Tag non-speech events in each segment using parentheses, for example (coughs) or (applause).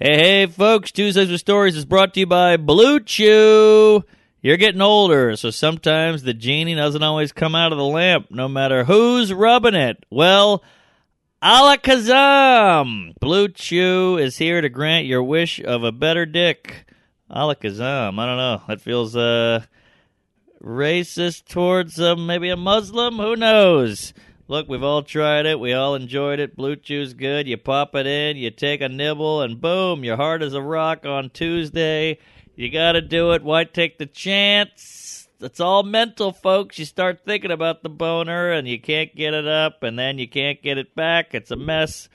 Hey, hey, folks, Tuesdays with Stories is brought to you by Blue Chew. You're getting older, so sometimes the genie doesn't always come out of the lamp, no matter who's rubbing it. Well, alakazam! Blue Chew is here to grant your wish of a better dick. Alakazam, I don't know. That feels, uh, racist towards uh, maybe a Muslim. Who knows? Look, we've all tried it. We all enjoyed it. Blue Chew's good. You pop it in, you take a nibble, and boom, your heart is a rock on Tuesday. You got to do it. Why take the chance? It's all mental, folks. You start thinking about the boner, and you can't get it up, and then you can't get it back. It's a mess.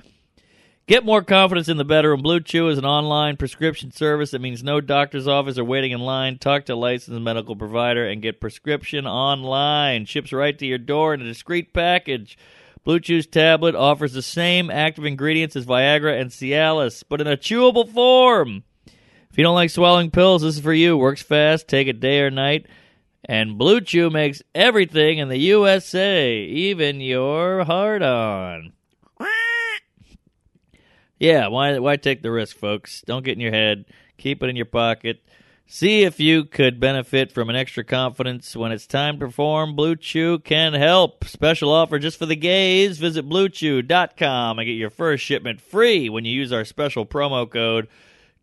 Get more confidence in the bedroom. Blue Chew is an online prescription service that means no doctor's office or waiting in line. Talk to a licensed medical provider and get prescription online. Ships right to your door in a discreet package. Blue Chew's tablet offers the same active ingredients as Viagra and Cialis, but in a chewable form. If you don't like swallowing pills, this is for you. Works fast, take it day or night. And Blue Chew makes everything in the USA, even your hard on. Yeah, why why take the risk, folks? Don't get in your head. Keep it in your pocket. See if you could benefit from an extra confidence when it's time to perform. Blue Chew can help. Special offer just for the gays. Visit bluechew.com and get your first shipment free when you use our special promo code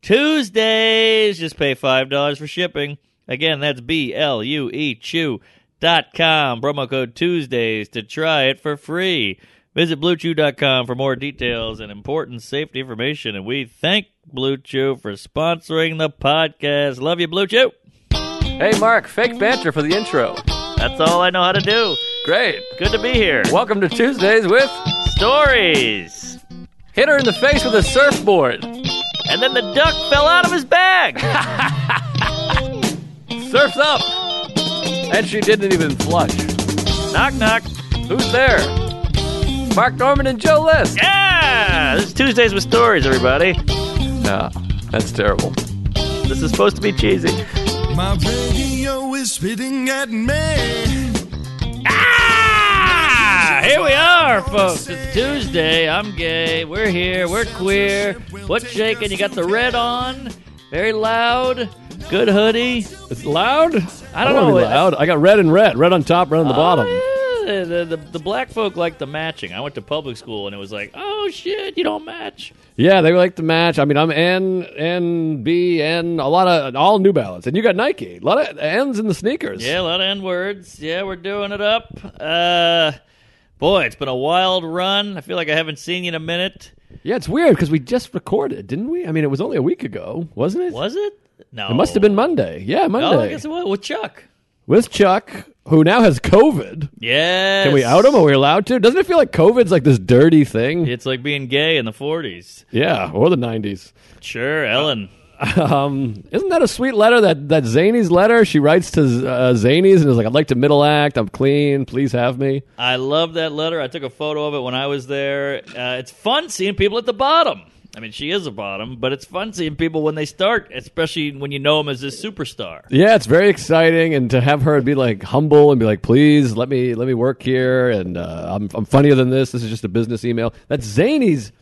Tuesdays. Just pay $5 for shipping. Again, that's B L U E Chew.com. Promo code Tuesdays to try it for free. Visit BlueChew.com for more details and important safety information. And we thank Blue Chew for sponsoring the podcast. Love you, Blue Chew. Hey, Mark, fake banter for the intro. That's all I know how to do. Great. Good to be here. Welcome to Tuesdays with Stories. Hit Her in the Face with a Surfboard. And then the duck fell out of his (laughs) bag. Surf's up! And she didn't even flush. knock, knock. Who's there? Mark Norman and Joe List. Yeah! This is Tuesdays with Stories, everybody. No, that's terrible. This is supposed to be cheesy. My radio is spitting at me. Ah! Here we are, folks. It's Tuesday. I'm gay. We're here. We're queer. What's shaking? You got the red on. Very loud. Good hoodie. It's loud. I don't wanna know. be loud. I got red and red, red on top, red on the bottom. Oh, yeah. The, the, the black folk like the matching. I went to public school and it was like, oh shit, you don't match. Yeah, they like to match. I mean, I'm N N B N a lot of all New Balance, and you got Nike. A lot of N's in the sneakers. Yeah, a lot of N words. Yeah, we're doing it up. Uh, boy, it's been a wild run. I feel like I haven't seen you in a minute. yeah. It's weird because we just recorded, didn't we? I mean, it was only a week ago, wasn't it? Was it? No. It must have been Monday. Yeah, Monday Oh, I guess it was with Chuck. with Chuck, who now has COVID. Yes. Can we out him? Are we allowed to? Doesn't it feel like COVID's like this dirty thing? It's like being gay in the 40s. yeah or the '90s. Sure, Ellen. (laughs) Um, isn't that a sweet letter? That that Zany's letter. She writes to uh, Zany's and is like, "I'd like to middle act. I'm clean. Please have me." I love that letter. I took a photo of it when I was there. Uh, it's fun seeing people at the bottom. I mean, she is a bottom, but it's fun seeing people when they start, especially when you know them as this superstar. Yeah, it's very exciting, and to have her be like humble and be like, "Please let me let me work here," and uh, I'm I'm funnier than this. This is just a business email. That's Zany's.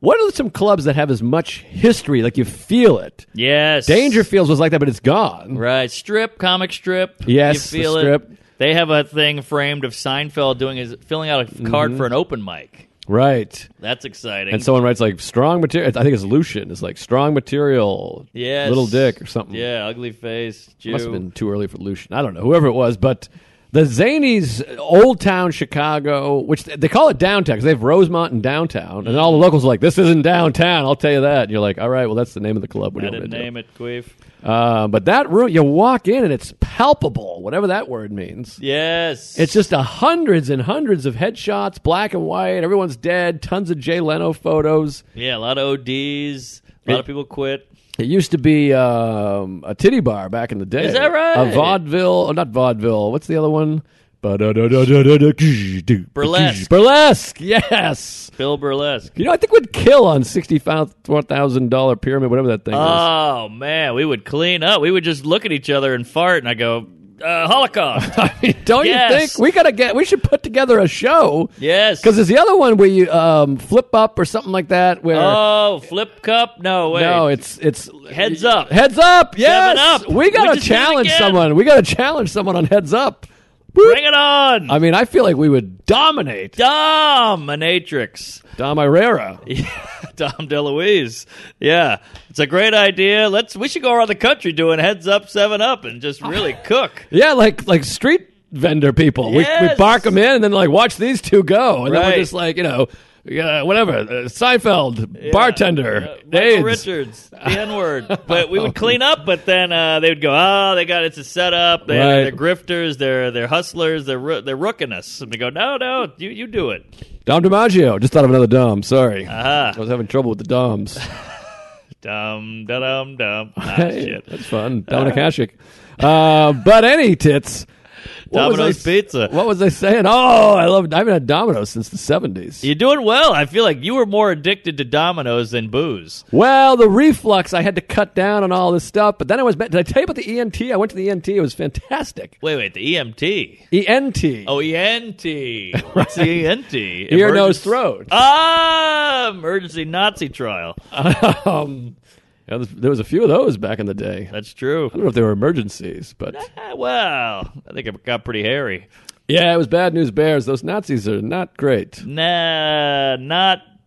What are some clubs that have as much history? Like you feel it. Yes. Dangerfields was like that, but it's gone. Right. Strip, comic strip. Yes, You feel the it. strip. They have a thing framed of Seinfeld doing his filling out a card for an open mic. Right. That's exciting. Mm-hmm. And someone writes like strong material. I think it's Lucian. It's like strong material. Yes. Little dick or something. yeah, ugly face. Jew. Must have been too early for Lucian. I don't know, whoever it was, but the Zanies, Old Town Chicago, which they call it downtown because they have Rosemont and downtown, and all the locals are like, "This isn't downtown." I'll tell you that. And you're like, "All right, well, that's the name of the club." What do I you didn't want me to name it, Queef. do?" Uh, but that room, you walk in and it's palpable, whatever that word means. Yes. It's just a hundreds and hundreds of headshots, black and white. Everyone's dead. Tons of Jay Leno photos. Yeah, a lot of ODs. A lot of people quit. It used to be um, a titty bar back in the day. Is that right? A vaudeville, oh, not vaudeville. What's the other one? Burlesque. Burlesque. Yes. Bill Burlesque. You know, I think would kill on sixty thousand dollar pyramid, whatever that thing is. Oh man, we would clean up. We would just look at each other and fart, and I go, uh, (laughs) Holocaust. Don't you Yes. think we gotta get? We should put together a show. yes. Because there's the other one where you um, flip up or something like that. Where oh, flip cup? No, wait. no, it's it's Heads up. Heads up. Yes, up. we gotta We just did it challenge again. someone. We gotta challenge someone on heads up. Woo. Bring it on. I mean, I feel like we would dominate (laughs) Dominatrix. Dom Herrera. Tom DeLuise. Yeah, it's a great idea. Let's we should go around the country doing heads up, seven up, and just (laughs) really cook. Yeah, like like street vendor people. We, we Yes. bark them in, and then like watch these two go, and then Right. we're just like you know. Yeah, whatever. Uh, Seinfeld, bartender, Uh, Michael AIDS. Richards, the N word. (laughs) But we would clean up, but then uh, they would go, oh, they got it's a setup. They, Right. They're grifters. They're they're hustlers. They're roo- they're rooking us. And we go, no, no, you you do it. Dom DiMaggio. Just thought of another Dom. Sorry, Uh-huh. I was having trouble with the Doms. Dum da dum dum. (laughs) Ah, Hey, shit. That's fun. Dominic Hashik. Uh, but any tits. What was I Domino's s- Pizza. What was I saying? Oh, I love. I haven't had Domino's since the seventies. You're doing well. I feel like you were more addicted to Domino's than booze. Well, the reflux. I had to cut down on all this stuff. But then I was. Did I tell you about the ENT? I went to the ENT. It was fantastic. E Wait, wait, the EMT. ENT. Oh, ENT. (laughs) What's the E ENT? Ear, Ear, nose, throat. Ah, emergency Nazi trial. Oh. um, yeah, there's- there was a few of those back in the day. I That's true. don't know if they were emergencies, but Ah, well, I think it got pretty hairy. yeah, it was bad news bears. Those Nazis are not great. Nah,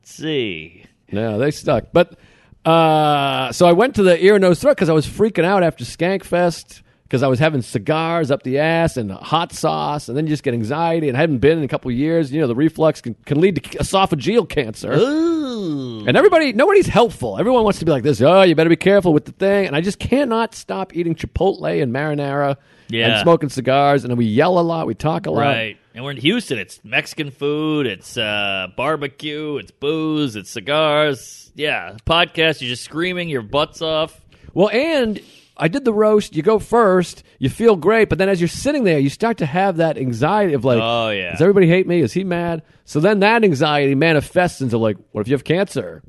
Nazi. No, they stuck. But uh, so I went to the ear, nose, throat because I was freaking out after Skankfest because I was having cigars up the ass and hot sauce, and then you just get anxiety. And I hadn't been in a couple years. You know, the reflux can, can lead to esophageal cancer. Ooh. And everybody, nobody's helpful. Everyone wants to be like this. Oh, you better be careful with the thing. And I just cannot stop eating Chipotle and marinara Yeah. and smoking cigars. And then we yell a lot. We talk a lot. Right. And we're in Houston. It's Mexican food. It's uh, barbecue. It's booze. It's cigars. Yeah. Podcast. You're just screaming your butts off. Well, and I did the roast. You go first. You feel great, but then as you're sitting there, you start to have that anxiety of like, Oh, yeah. does everybody hate me? Is he mad? So then that anxiety manifests into like, what if you have cancer?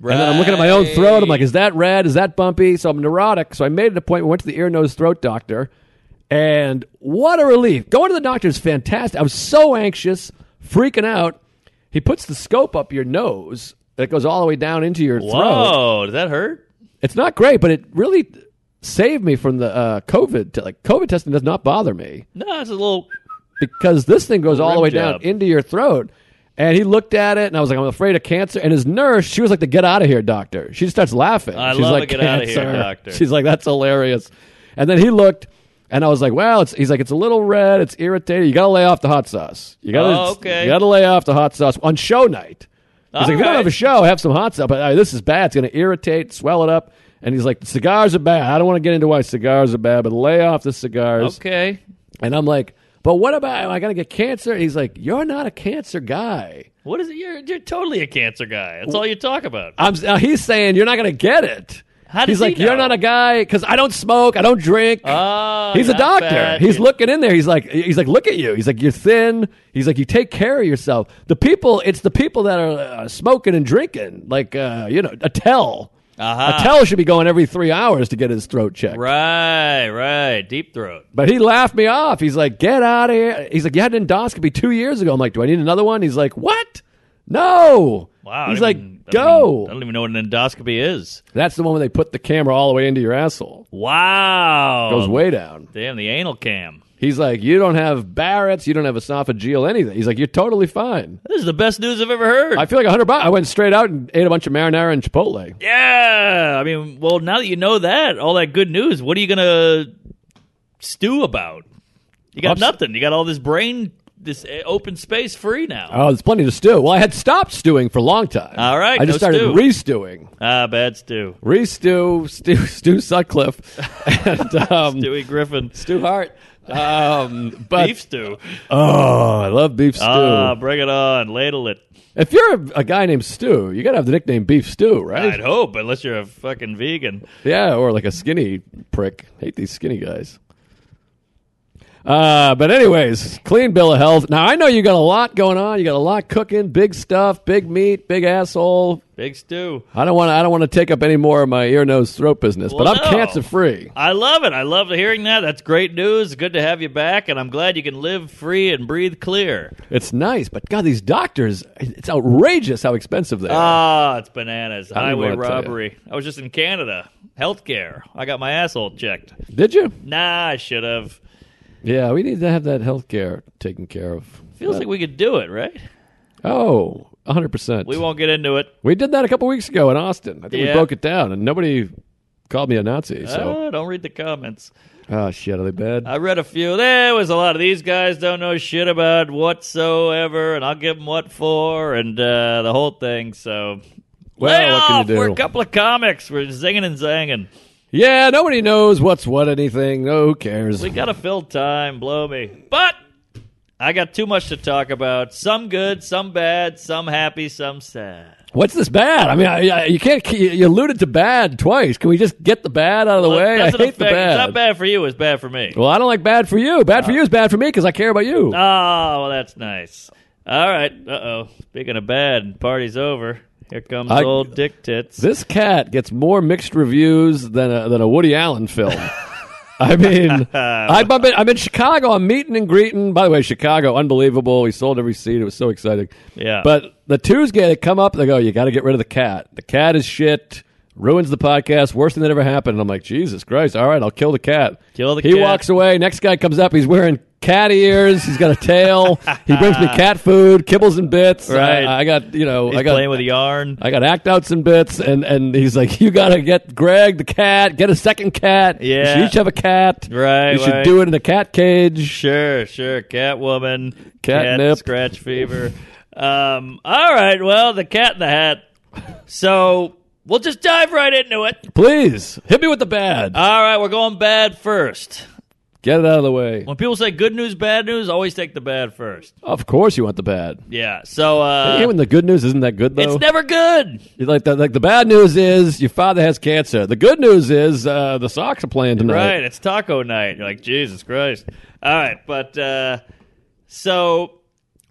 And then I'm looking at my own throat. I'm like, is that red? Is that bumpy? So I'm neurotic. So I made an appointment. Went to the ear, nose, throat doctor, and what a relief! Going to the doctor is fantastic. I was so anxious, freaking out. He puts the scope up your nose. That goes all the way down into your throat. Whoa, did that hurt? It's not great, but it really saved me from the uh, COVID. T- like COVID testing does not bother me No, it's a little. because this thing goes all the Rim way job. down into your throat. And he looked at it, and I was like, "I'm afraid of cancer." And his nurse, she was like, "The get out of here, doctor." She just starts laughing. I She's love a like, get outta here, "Cancer." doctor. She's like, "That's hilarious." And then he looked, and I was like, "Well," it's, he's like, "It's a little red. It's irritating. You got to lay off the hot sauce. You got to, Oh, okay. you got to lay off the hot sauce on show night." He's like, if you don't Alright. have a show, have some hot sauce. But uh, this is bad. It's going to irritate, swell it up. And he's like, cigars are bad. I don't want to get into why cigars are bad, but lay off the cigars. Okay. And I'm like, but what about, am I going to get cancer? And he's like, you're not a cancer guy. What is it? You're you're totally a cancer guy. That's all you talk about. I'm, uh, he's saying, you're not going to get it. How does he's like, he you're know?" not a guy, because I don't smoke, I don't drink. Oh, He's a not doctor. bad. He's You- looking in there. He's like, he's like, look at you. He's like, you're thin. He's like, you take care of yourself. The people, it's the people that are uh, smoking and drinking, like uh, you know, Attell. Uh-huh. Attell should be going every three hours to get his throat checked. Right, right. Deep throat. But he laughed me off. He's like, get out of here. He's like, you had an endoscopy two years ago. I'm like, do I need another one? He's like, what? No. Wow. I He's don't like, even- I don't go. even- I don't even know what an endoscopy is. That's the one where they put the camera all the way into your asshole. Wow. Goes way down. Damn, the anal cam. He's like, you don't have Barrett's, you don't have esophageal, anything. He's like, you're totally fine. This is the best news I've ever heard. I feel like a hundred bucks. I went straight out and ate a bunch of marinara and chipotle. yeah. I mean, well, now that you know that, all that good news, what are you going to stew about? You got Ups- nothing. You got all this brain, this uh, open space free now. Oh, there's plenty to stew. Well, I had stopped stewing for a long time. All right, I just no started stew. re-stewing, Ah, bad stew. re-stew, stew, (laughs) stew Sutcliffe, and um, Stewie Griffin. Stu Hart. (laughs) Um, but Beef stew. oh, I love beef stew. Ah, bring it on. Ladle it. if you're a, a guy named Stew, you gotta have the nickname Beef Stew, right? I'd hope, unless you're a fucking vegan. Yeah, or like a skinny prick. Hate these skinny guys. Uh, but anyways, clean bill of health. Now I know you got a lot going on. You got a lot cooking, big stuff, big meat, big asshole, Big stew. I don't want to. I don't want to take up any more of my ear, nose, throat business. Well, but I'm no. cancer free. I love it. I love hearing that. That's great news. Good to have you back, and I'm glad you can live free and breathe clear. It's nice, but God, these doctors. It's outrageous how expensive they are. Ah, it's bananas. don't even Highway wanna tell you. robbery. I was just in Canada. Healthcare. I got my asshole checked. Did you? Nah, I should have. Yeah, we need to have that health care taken care of. Feels like we could do it, right? Oh, 100%. We won't get into it. We did that a couple weeks ago in Austin. I think Yeah. we broke it down, and nobody called me a Nazi. So, Ah, don't read the comments. oh shit, are they bad? I read a few. There was a lot of these guys don't know shit about whatsoever, and I'll give them what for, and uh, the whole thing. So, Well, Lay what can you off! We're do? a couple of comics. We're zinging and zanging. yeah, nobody knows what's what anything. Oh, who cares? We gotta fill time. Blow me, but I got too much to talk about. Some good, some bad, some happy, some sad. what's this bad? I mean, I, I, you can't. You you alluded to bad twice. Can we just get the bad out of the Well, it way? Oh, I hate doesn't the affect- bad. Oh. It's not bad Uh. for you. It's bad for me. Well, I don't like bad for you. Bad for you is bad for me because I care about you. Oh, well, that's nice. All right. Uh oh. Speaking of bad, party's over. Here comes I- old dick tits. This cat gets more mixed reviews than a, than a Woody (laughs) Allen film. I mean, I, I'm, in, I'm in Chicago. I'm meeting and greeting. By the way, Chicago, unbelievable. We sold every seat. It was so exciting. Yeah. But the Tuesday, they come up. They go, "You got to get rid of the cat. The cat is shit. Ruins the podcast. Worst thing that ever happened." And I'm like, "Jesus Christ! All right, I'll kill the cat." Kill the he cat. walks away. Next guy comes up. He's wearing cat ears. He's got a (laughs) tail. he brings me cat food, kibbles and bits. Right. I, I got you know. He's I got playing with yarn. I got act outs and bits, and, and he's like, you gotta get Greg the cat, get a second cat. You Yeah. should each have a cat. Right, You should right. do it in a cat cage. Sure, sure. Catwoman, cat Catnip. scratch fever. Um, all right. Well, the cat in the hat. So we'll just dive right into it. Please hit me with the bad. All right, we're going bad first. get it out of the way. When people say good news, bad news, always take the bad first. Of course, you want the bad. Yeah. So Even uh, when the good news isn't that good though. it's never good. You're like the like the bad news is your father has cancer. The good news is uh, the Sox are playing tonight. Right, it's taco night. You're like, Jesus Christ. All right, but uh, so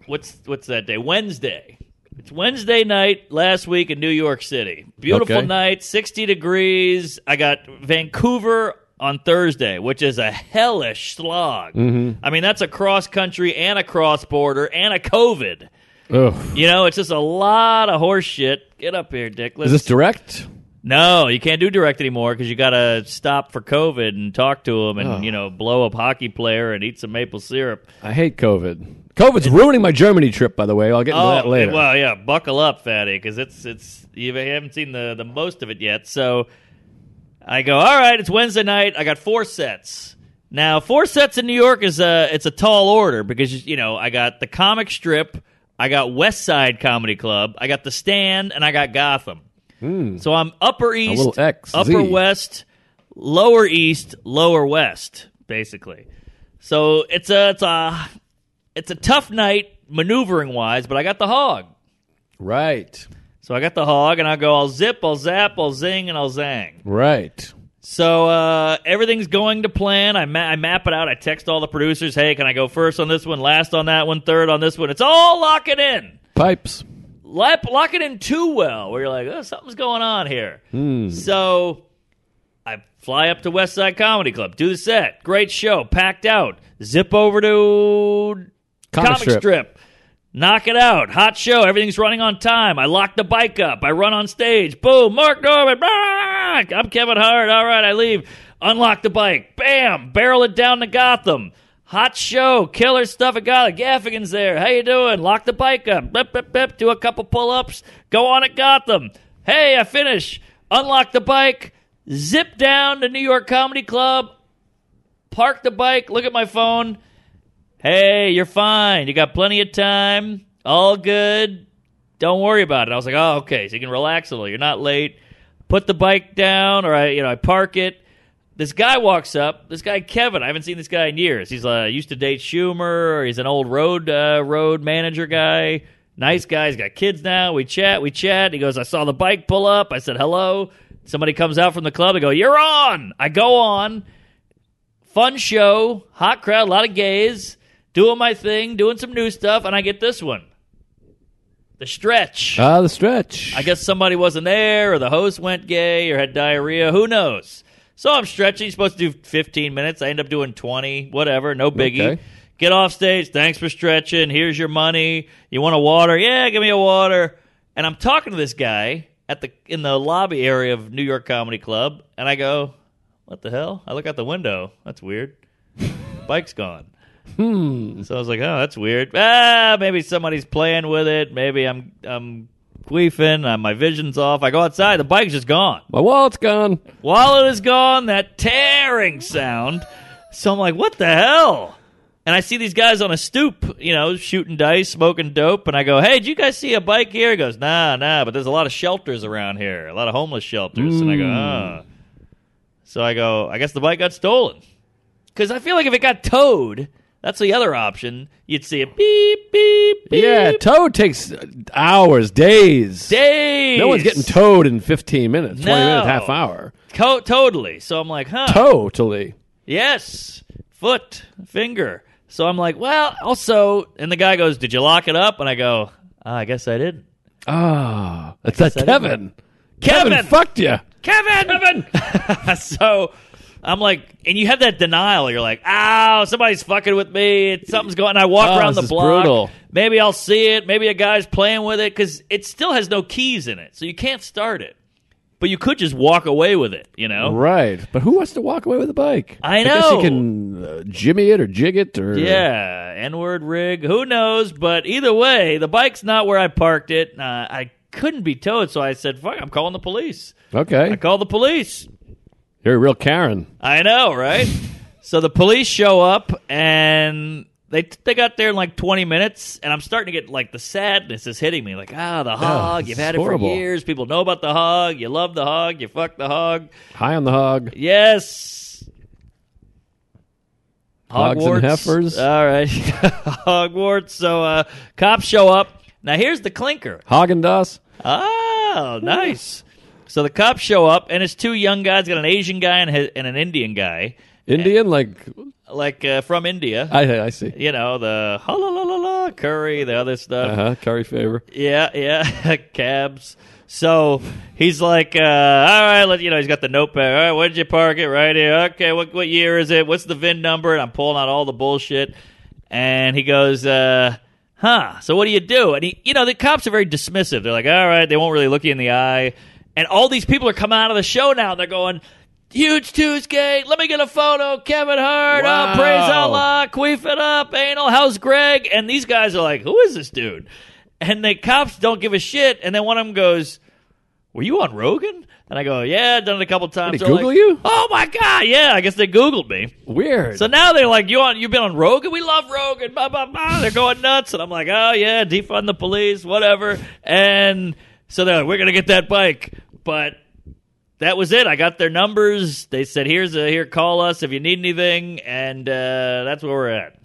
what's what's that day? Wednesday. It's Wednesday night last week in New York City. Beautiful Okay. night, 60 degrees. I got Vancouver on Thursday, which is a hellish slog. I mean, that's a cross country and a cross border and a COVID. Ugh. You know, it's just a lot of horse shit. Get up here, Dick. Let's Is this direct? no, you can't do direct anymore because you got to stop for COVID and talk to them and Oh. you know blow up hockey player and eat some maple syrup. I hate COVID. COVID's ruining my Germany trip. By the way, I'll get Oh, into that later. well, yeah, buckle up, fatty, because it's it's you haven't seen the the most of it yet. So I go, all right, it's Wednesday night. I got four sets. Now, four sets in New York is a it's a tall order because you know I got the comic strip, I got West Side Comedy Club, I got the Stand, and I got Gotham. So I'm upper east, Hmm. little X, upper Z. west, lower east, lower west, basically. So it's a it's a it's a tough night maneuvering wise, but I got the hog. right, So I got the hog, and I go, I'll zip, I'll zap, I'll zing, and I'll zang. right. So uh, everything's going to plan. I, ma- I map it out. I text all the producers, hey, can I go first on this one, last on that one, third on this one? It's all locking in. Pipes. Lock, lock it in too well, where you're like, oh, something's going on here. Hmm. So I fly up to West Side Comedy Club, do the set. Great show, packed out. Zip over to Comic strip. Knock it out. Hot show. Everything's running on time. I lock the bike up. I run on stage. Boom. Mark Norman. Bah! I'm Kevin Hart. All right, I leave. Unlock the bike. Bam. Barrel it down to Gotham. Hot show. Killer stuff at Gotham. Gaffigan's there. How you doing? Lock the bike up. Bip, bip, bip. Do a couple pull-ups. Go on at Gotham. Hey, I finish. Unlock the bike. Zip down to New York Comedy Club. Park the bike. Look at my phone. Hey, you're fine. You got plenty of time. All good. Don't worry about it. I was like, oh, okay. So you can relax a little. You're not late. Put the bike down, or I, you know, I park it. This guy walks up. This guy Kevin. I haven't seen this guy in years. He's uh, used to date Schumer. He's an old road uh, road manager guy. Nice guy. He's got kids now. We chat. We chat. He goes, I saw the bike pull up. I said hello. Somebody comes out from the club. I go, you're on. I go on fun show, hot crowd, a lot of gays, doing my thing, doing some new stuff, and I get this one. The stretch. Ah, the stretch. I guess somebody wasn't there, or the host went gay, or had diarrhea. Who knows? So I'm stretching. supposed to do 15 minutes. I end up doing 20. Whatever. No biggie. Okay. Get off stage. Thanks for stretching. Here's your money. You want a water? Yeah, give me a water. And I'm talking to this guy at the in the lobby area of New York Comedy Club, and I go, "What the hell?" I look out the window. That's weird. (laughs) Bike's gone. So I was like, oh, that's weird. Ah, maybe somebody's playing with it. Maybe I'm I'm queefing. Uh, my vision's off. I go outside. The bike's just gone. My wallet's gone. Wallet is gone. That tearing sound. So I'm like, what the hell? And I see these guys on a stoop, you know, shooting dice, smoking dope, and I go, "Hey, did you guys see a bike here?" He goes, "Nah, nah, but there's a lot of shelters around here, a lot of homeless shelters." And I Hmm. go, "Oh." So I go, "I guess the bike got stolen." Because I feel like if it got towed, that's the other option. You'd see it beep, beep, beep. Yeah, toad takes hours, days. days. No one's getting towed in 15 minutes, 20 No. minutes, half hour. Co- totally. So I'm like, huh? Totally. Yes, foot, finger. So I'm like, well, also, and the guy goes, "Did you lock it up?" And I go, "Ah, "I guess I didn't." Ah, that's that I didn't- Kevin. Kevin, fucked you. Kevin, Kevin. (laughs) so I'm like, and you have that denial. You're like, "Ow, somebody's fucking with me. It's, something's going." I walk Oh, around this the is block. brutal. Maybe I'll see it. Maybe a guy's playing with it because it still has no keys in it, so you can't start it. But you could just walk away with it, you know? (laughs) Right, but who wants to walk away with a bike? I guess know. you can uh, jimmy it or jig it or Yeah, N-word rig. Who knows? But either way, the bike's not where I parked it. Uh, I couldn't be towed, so I said, "Fuck! I'm calling the police." Okay, I called the police. you're a real Karen. I know, right? so the police show up, and they they got there in like 20 minutes, and I'm starting to get like the sadness is hitting me. Like, ah, the hog. this You've is had horrible. it for years. People know about the hog. You love the hog. You fuck the hog. High on the hog. Yes. Hogs and heifers. All right. (laughs) Hogwarts. So uh, cops show up. Now here's the clinker. Hagen Dazs. Oh, nice. So the cops show up, and it's two young guys. Got an Asian guy and, his, and an Indian guy, Indian, like like uh, from India. I, I see. you know the la la la la curry, the other stuff. Uh huh. Curry favor. Yeah, yeah, (laughs) cabs. So he's like, uh, all right, let you know. He's got the notepad. All right, where'd you park it? Right here. Okay, what what year is it? What's the VIN number? And I'm pulling out all the bullshit. And he goes, uh, huh? So what do you do? And he, you know, the cops are very dismissive. They're like, all right, they won't really look you in the eye. And all these people are coming out of the show now. And they're going. Huge Tuesday. Let me get a photo. Kevin Hart. Wow. Oh, praise Allah. Queef it up. Anal. How's Greg? And these guys are like, who is this dude? And the cops don't give a shit. And then one of them goes, were you on Rogan? And I go, yeah, I've done it a couple times. Did they They're Google like, you? Oh my god, yeah. I guess they Googled me. Weird. So now they're like, you on? You've been on Rogan? We love Rogan. Blah blah blah. They're going nuts, and I'm like, oh yeah, defund the police, whatever. And so they're like, we're gonna get that bike, but that was it. I got their numbers. They said, here's a here, call us if you need anything, and uh, that's where we're at.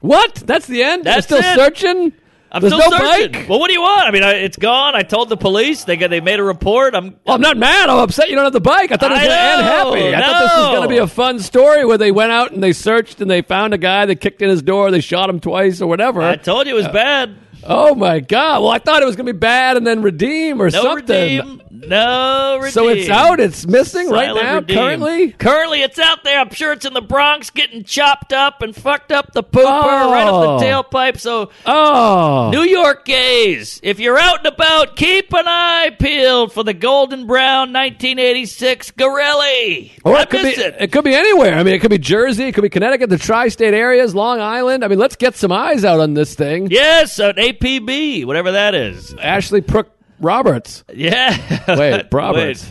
what? That's the end. That's You're still it. searching. I'm There's still no searching. bike? Well, what do you want? I mean, I, it's gone. I told the police. They got, they made a report. I'm Well, I'm not mad. I'm upset you don't have the bike. I thought it was I going to end know, happy. I thought this was no. going to be a fun story where they went out and they searched and they found a guy that kicked in his door. They shot him twice or whatever. I told you Uh, it was bad. Oh my god! Well, I thought it was gonna be bad and then redeem or No something. redeem. No redeem. So it's out. It's missing Silent right now. redeem. Currently, Currently, it's out there. I'm sure it's in the Bronx, getting chopped up and fucked up the pooper right up the Oh. tailpipe. So oh, New York gays, if you're out and about, keep an eye peeled for the golden brown 1986 Gorelli. or I it Oh, could be miss it. it. could be anywhere. I mean, it could be Jersey, it could be Connecticut, the tri-state areas, Long Island. I mean, let's get some eyes out on this thing. Yes, an APB, whatever that is. Ashley Prook Roberts. Yeah. Wait, Roberts.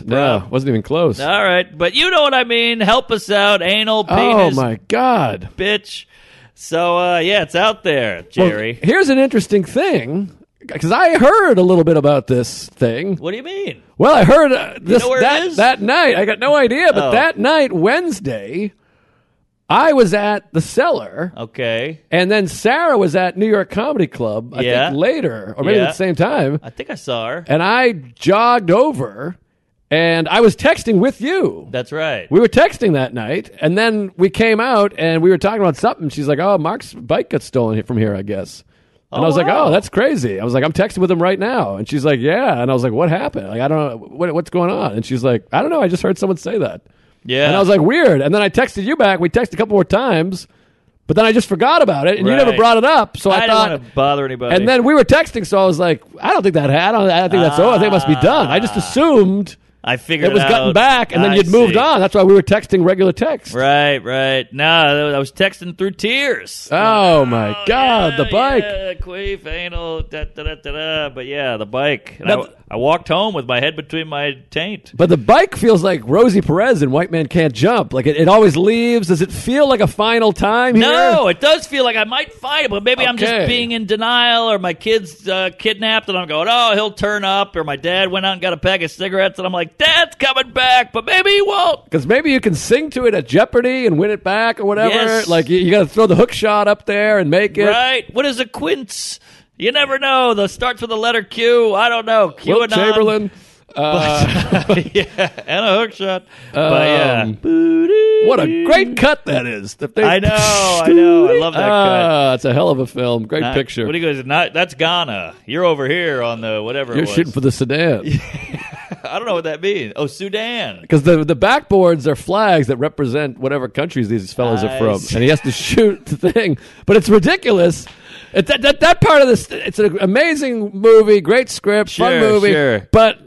(laughs) Wait, no, Rob. wasn't even close. All right, but you know what I mean. Help us out, anal oh penis my god. bitch. So uh, yeah, it's out there, Well, Jerry. here's an interesting thing. Because I heard a little bit about this thing. what do you mean? Well, I heard uh, this know where it that is? that night. I got no idea, but Oh. that night, Wednesday, I was at the cellar, Okay. and then Sarah was at New York Comedy Club. I Yeah. think later, or maybe Yeah. at the same time. I think I saw her. And I jogged over, and I was texting with you. That's right. We were texting that night, and then we came out, and we were talking about something. She's like, "Oh, Mark's bike got stolen from here, I guess." And I was like, "Oh, that's crazy." I was like, "I'm texting with him right now," and she's like, "Yeah." And I was like, "What happened? Like, I don't know what, what's going on." And she's like, "I don't know. I just heard someone say that." Yeah. And I was like, "Weird." And then I texted you back. We texted a couple more times, but then I just forgot about it, and you never Right. brought it up. So I, I, thought. don't want to bother anybody. and then we were texting, so I was like, "I don't think that. ha- I don't. I don't think that's. oh, I think it must be done." I Ah. just assumed I figured it was out. gotten back, and then I you'd moved see. on. That's why we were texting regular text. Right, right. No, I was texting through tears. Oh my God, yeah, the bike. Yeah, queef, anal, da, da, da, da, da. But yeah, the bike. And Now I, th- I walked home with my head between my taint. But the bike feels like Rosie Perez and White Man Can't Jump. Like it, it always leaves. Does it feel like a final time No, it does feel like I might fight him, but maybe I'm Okay. just being in denial, or my kid's uh, kidnapped, and I'm going, oh, he'll turn up, or my dad went out and got a pack of cigarettes, and I'm like, dad's coming back, but maybe he won't. Because maybe you can sing to it at Jeopardy and win it back or whatever. Yes. Like you, you got to throw the hook shot up there and make it. Right? What is a quince? You never know. The starts with the letter Q. I don't know. Q Wilt Chamberlain. (laughs) uh, yeah, and a hook shot. but yeah, Um, What a great cut that is. If they- I know, I know, I love that cut. (laughs) Ah, it's a hell of a film. Great Not- picture. What do you guys? Not that's Ghana. You're over here on the whatever. You're it was. shooting for the Sudan. I don't know what that means. Oh, Sudan. Because the the backboards are flags that represent whatever countries these fellows I are from, see. and he has to (laughs) shoot the thing. But it's ridiculous. It, that, that that part of this, it's an amazing movie, great script, Sure, fun movie. sure. But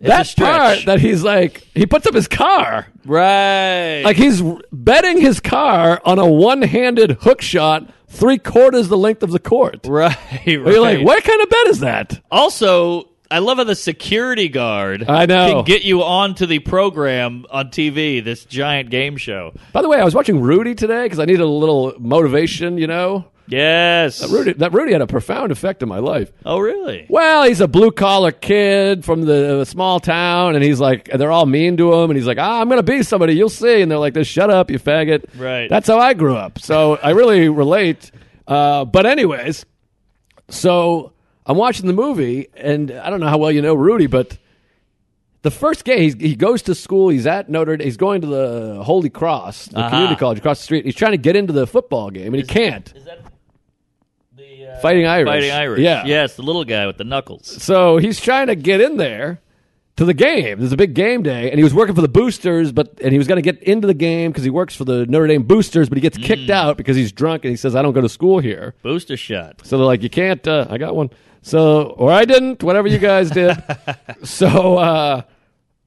a that stretch. part that he's like, he puts up his car, Right. (laughs) like he's betting his car on a one-handed hook shot, three quarters the length of the court. right. Where You're like, what kind of bet is that? Also, I love how the security guard I know. can get you onto the program on TV, this giant game show. By the way, I was watching Rudy today because I needed a little motivation. You know, Yes. Rudy, that Rudy had a profound effect on my life. Oh, really? Well, he's a blue collar kid from the uh, small town, and he's like, they're all mean to him, and he's like, ah, I'm gonna be somebody, you'll see, and they're like, just shut up, you faggot. Right. That's how I grew up, so I really relate. Uh, but anyways, so I'm watching the movie, and I don't know how well you know Rudy, but the first game, he's, he goes to school. He's at Notre. He's going to the Holy Cross, the community college across the street. He's trying to get into the football game, and he can't. Uh-huh. Is that the uh, Fighting Irish. Fighting Irish? Yeah. Yes, the little guy with the knuckles. So he's trying to get in there to the game. There's a big game day, and he was working for the Boosters, but and he was going to get into the game because he works for the Notre Dame Boosters, but he gets kicked out because he's drunk and he says, "I don't go to school here." Booster shot. So they're like, "You can't." Uh, I got one. So or I didn't. Whatever you guys did. so uh,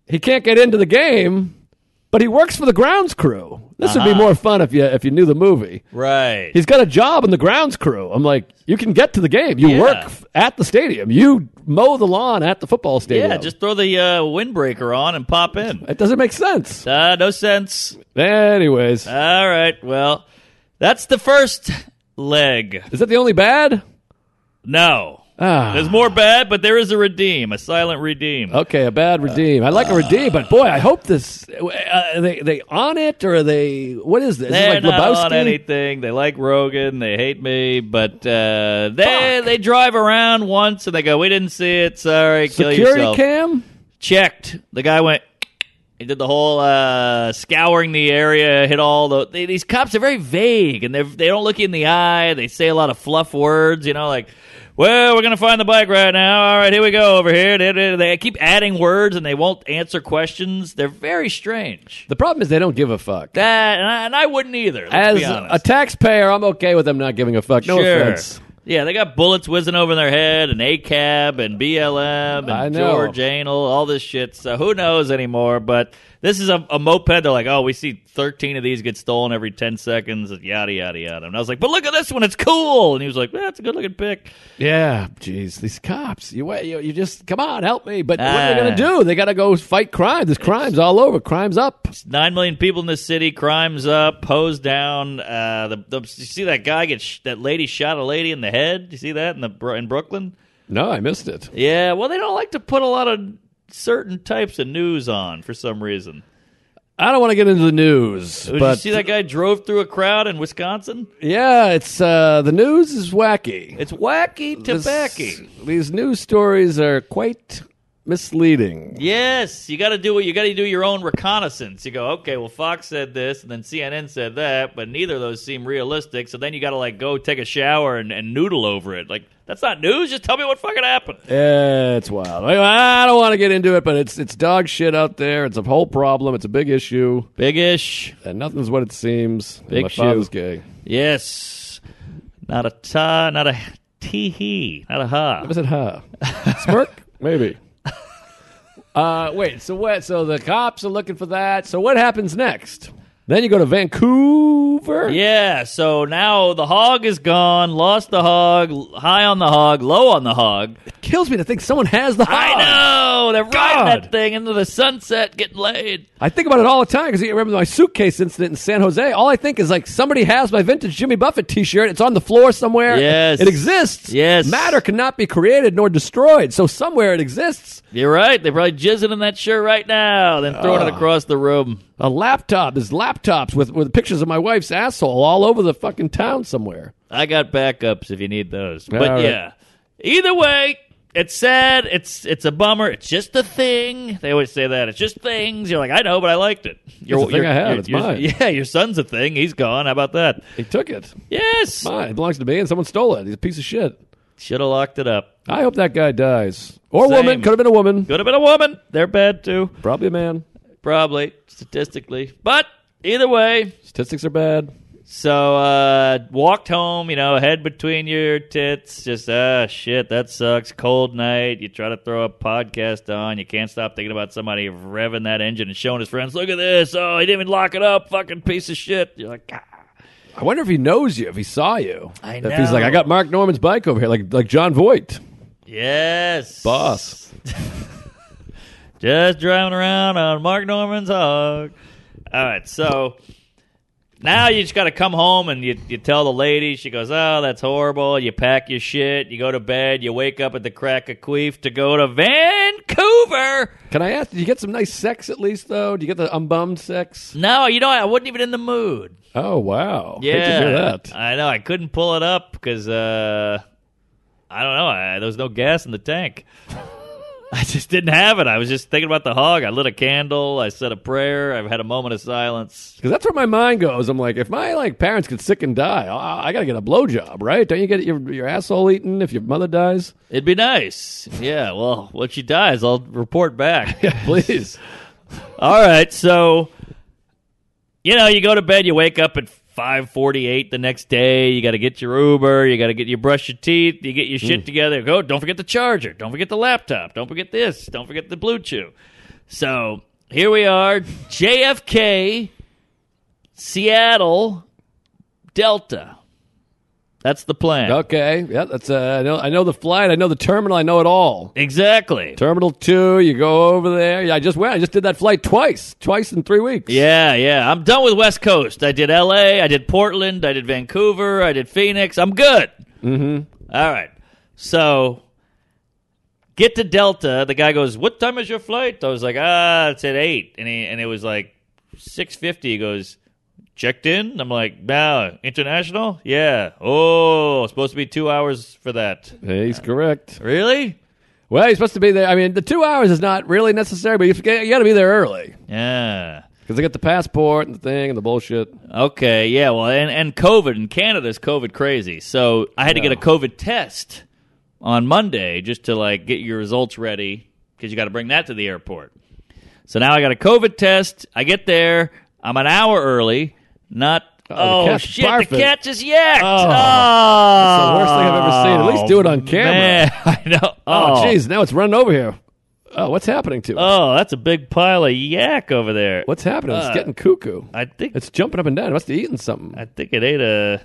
he can't get into the game, but he works for the grounds crew. This would be more fun if you if you knew the movie. Right. He's got a job in the grounds crew. I'm like, you can get to the game. You Yeah. work f- at the stadium. You mow the lawn at the football stadium. yeah, just throw the uh, windbreaker on and pop (laughs) in. it doesn't make sense. Uh, no sense. Anyways, All right. Well, that's the first leg. is that the only bad? No. Ah, There's more bad, but there is a redeem, a silent redeem. okay, a Uh, bad redeem. I like a redeem, but boy, I hope this. Uh, are they they on it or are they? What is this? Is it They're like not Lebowski? on anything. They like Rogan. They hate me, but uh, they they drive around once and they go, "We didn't see it. Sorry, kill Security yourself." cam. Checked. The guy went. He did the whole uh, scouring the area, hit all the. They, these cops are very vague and they they don't look you in the eye. They say a lot of fluff words, you know, like. Well, we're gonna find the bike right now. All right, here we go over here. They- They they keep adding words and they won't answer questions. They're very strange. The problem is they don't give a fuck. That and I, and I wouldn't either. Let's As be honest. a taxpayer, I'm okay with them not giving a fuck. No Sure. offense. Yeah, they got bullets whizzing over their head, and ACAB, and BLM, and I know. George Anal, all this shit. So who knows anymore? But this is a, a moped. They're like, oh, we see 13 of these get stolen every 10 seconds, and yada, yada, yada. And I was like, but look at this one. It's cool. And he was like, that's a good looking pick. Yeah, jeez, these cops. You, you you just come on, help me. But what are they Ah. gonna do? They gotta go fight crime. There's crimes all over. Crimes up. Nine million people in this city. Crimes up, hose down. Uh, the, the, you see that guy get sh- that lady shot a lady in the head. You see that in the Bro- in Brooklyn? No, I missed it. Yeah, well, they don't like to put a lot of certain types of news on for some reason. I don't want to get into the news, Did but you see that guy drove through a crowd in Wisconsin? yeah, it's uh, the news is wacky. It's wacky to This- backy. These news stories are quite misleading. Yes, you got to do what you got to do your own reconnaissance. You go, okay, well, Fox said this, and then CNN said that, but neither of those seem realistic. So then you got to like go take a shower and, and noodle over it. Like that's not news. Just tell me what fucking happened. Yeah, It's wild. Anyway, I don't want to get into it, but it's it's dog shit out there. It's a whole problem. It's a big issue, Big ish. and nothing's what it seems. And Big my father's shoe. gay. Yes, not a ta, not a tee hee, not a ha. Was it her? Smirk? Maybe. Uh, wait. So what? So the cops are looking for that. So what happens next? Then you go to Vancouver. Yeah, so now the hog is gone. Lost the hog. High on the hog. Low on the hog. Kills me to think someone has the. I hog. know they're riding God. that thing into the sunset, getting laid. I think about it all the time because you remember my suitcase incident in San Jose. All I think is like somebody has my vintage Jimmy Buffett T-shirt. It's on the floor somewhere. Yes. it exists. Yes. matter cannot be created nor destroyed. So somewhere it exists. You're right. They're probably jizzing in that shirt right now, then throwing Ah. it across the room. A laptop is laptops with with pictures of my wife's asshole all over the fucking town somewhere. I got backups if you need those. But All right. yeah, either way, it's sad. It's it's a bummer. It's just a thing. They always say that. It's just things. You're like, I know, but I liked it. Your- It's a thing your- I have. your- It's your- mine. (laughs) Yeah, your son's a thing. He's gone. How about that? They took it. Yes. Mine. It belongs to me, and someone stole it. He's a piece of shit. Should have locked it up. I hope that guy dies. Or Same. woman. Could have been a woman. Could have been a woman. They're bad too, Probably a man. probably statistically. But either way, Statistics are bad. So uh walked home, you know, head between your tits, just ah shit, that sucks. Cold night. You try to throw a podcast on, you can't stop thinking about somebody revving that engine and showing his friends, look at this, oh he didn't even lock it up, fucking piece of shit. You're like, "Ah." I wonder if he knows you, if he saw you. I If he's like, know. I got Mark Norman's bike over here, like like John Voight. Yes. Boss. (laughs) Just driving around on Mark Norman's hog. All right, so now you just got to come home and you, you tell the lady. She goes, Oh, that's horrible. You pack your shit. You go to bed. You wake up at the crack of queef to go to Vancouver. Can I ask, did you get some nice sex at least, though? Do you get the unbummed sex? No, you know, I wasn't even in the mood. Oh, wow. Yeah. Hate to hear that. I know. I couldn't pull it up because, uh, I don't know. I, there was no gas in the tank. (laughs) I just didn't have it. I was just thinking about the hog. I lit a candle. I said a prayer. I've had a moment of silence. Because that's where my mind goes. I'm like, if my like parents get sick and die, I, I got to get a blowjob, right? Don't you get your, your asshole eaten if your mother dies? (laughs) It'd be nice. Yeah, well, when she dies, I'll report (laughs) back. Please. All right, so you know, you go to bed, you wake up at 5:48 the next day, you got to get your Uber, you got to get you brush your teeth, you get your shit together. Go, don't forget the charger, don't forget the laptop, don't forget this, don't forget the blue chew. So, here we are, JFK Seattle Delta. That's the plan. okay. Yeah, that's, uh, I, know, I know the flight. I know the terminal. I know it all. Exactly. Terminal 2, you go over there. Yeah, I just went. I just did that flight twice, twice in three weeks. Yeah, yeah. I'm done with West Coast. I did LA, I did Portland, I did Vancouver, I did Phoenix. I'm good. Mm-hmm. All right. So get to Delta. The guy goes, What time is your flight? I was like, ah, it's at eight. And he and it was like six fifty. He goes, Checked in? I'm like, no, international? Yeah. Oh, it's supposed to be two hours for that. Yeah, He's correct. Really? Well, you're supposed to be there. I mean, the two hours is not really necessary, but you, forget- you got to be there early Yeah. because they get the passport and the thing and the bullshit. Okay, yeah, well, and, and COVID in Canada's COVID crazy, so I had to get a COVID test on Monday just to like get your results ready because you got to bring that to the airport. So now I got a COVID test. I get there, I'm an hour early. Not Oh, oh, the cat's shit, the barfing. catch is yacked. Oh, the worst thing I've ever seen. At least do it on camera. Man, (laughs) I know. Oh, jeez, now it's running over here. Oh, what's happening to it? Oh, that's a big pile of yak over there. what's happening? uh, it's getting cuckoo. I think It's jumping up and down. It must have eaten something. I think it ate a.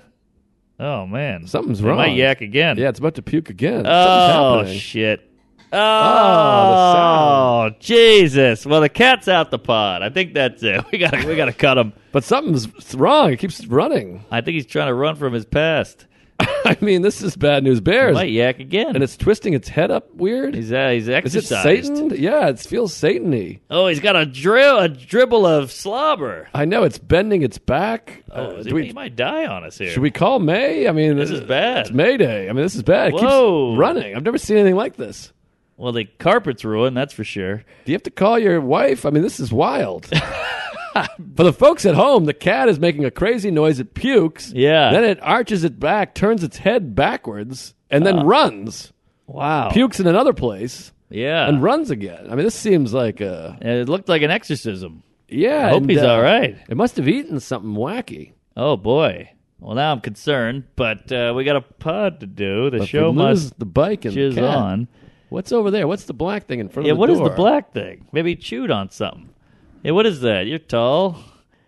Oh man, Something's It wrong. Might yak again. yeah, it's about to puke again. Oh Something's happening. shit. Oh, Oh, Jesus! Well, the cat's out the pod. I think that's it. (laughs) We gotta we gotta cut him. but something's wrong. It keeps running. (laughs) I think he's trying to run from his past. I mean, this is bad news bears. Might yak again. And it's twisting its head up weird. he's uh, he's is it exercised. Satan? Yeah, it feels Satan-y. Oh, he's got a drill a dribble of slobber. I know it's bending its back. Oh, Uh, is do he, we- he might die on us here. Should we call May? I mean, This is bad. It's May Day. I mean, this is bad. It Whoa. keeps running. I've never seen anything like this. Well, the carpet's ruined, that's for sure. Do you have to call your wife? I mean, this (laughs) is wild. For the folks at home, the cat is making a crazy noise. It pukes. Yeah. Then it arches it back, turns its head backwards, and Uh-huh. then runs. Wow. Pukes in another place Yeah. and runs again. I mean, this seems like a And it looked like an exorcism. yeah. I hope and, he's uh, all right. It must have eaten something wacky. Oh boy. Well, now I'm concerned, but uh, we got a pod to do. The But if show we must lose the bike and the is cat, on. What's over there? What's the black thing in front Yeah, of the what is door? the black thing? Maybe he chewed on something. Yeah, what is that? You're tall.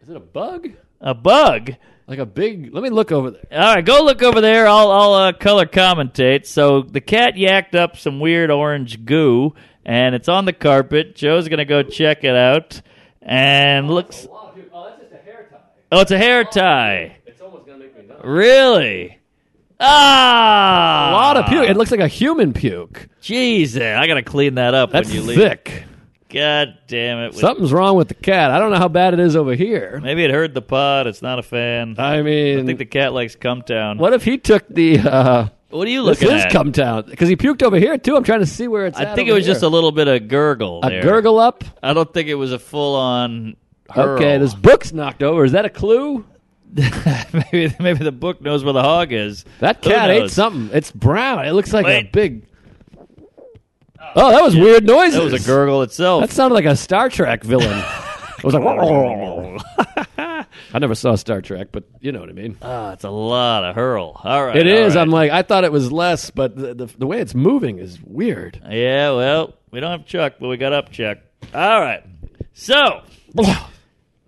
Is it a bug? A bug. Like a big? Let me look over there. All right, go look over there. I'll I'll uh, color commentate. So the cat yacked up some weird orange goo, and it's on the carpet. Joe's gonna go check it out, and looks. Oh, that's just a hair tie. Oh, Oh, it's a hair tie. It's almost gonna make me die. Really? Ah, A lot of puke. It looks like a human puke. Jesus, I gotta clean that up That's when you leave. thick. God damn it! Something's wrong with the cat. I don't know how bad it is over here. Maybe it heard the pod. It's not a fan. I I mean, think the cat likes Come Town. what if he took the? (laughs) Uh, What are you this looking is at? come town because he puked over here too. I'm trying to see where it's. I at think it over was just a here. little bit of gurgle. a there. gurgle up. I don't think it was a full on. Hurl. Okay, this book's knocked over. Is that a clue? (laughs) maybe maybe the book knows where the hog is. That Who cat ate knows? something. It's brown. It looks like a Wait. big. Oh, that was weird noises. That was a (laughs) gurgle itself. That sounded like a Star (laughs) Trek villain. it was like. (laughs) I never saw Star Trek, but you know what I mean. Ah, it's a lot of hurl. All right, It all is. right. I'm like, I thought it was less, but the, the, the way it's moving is weird. Yeah, well, we don't have Chuck, but we got up Chuck. All right. (coughs) So,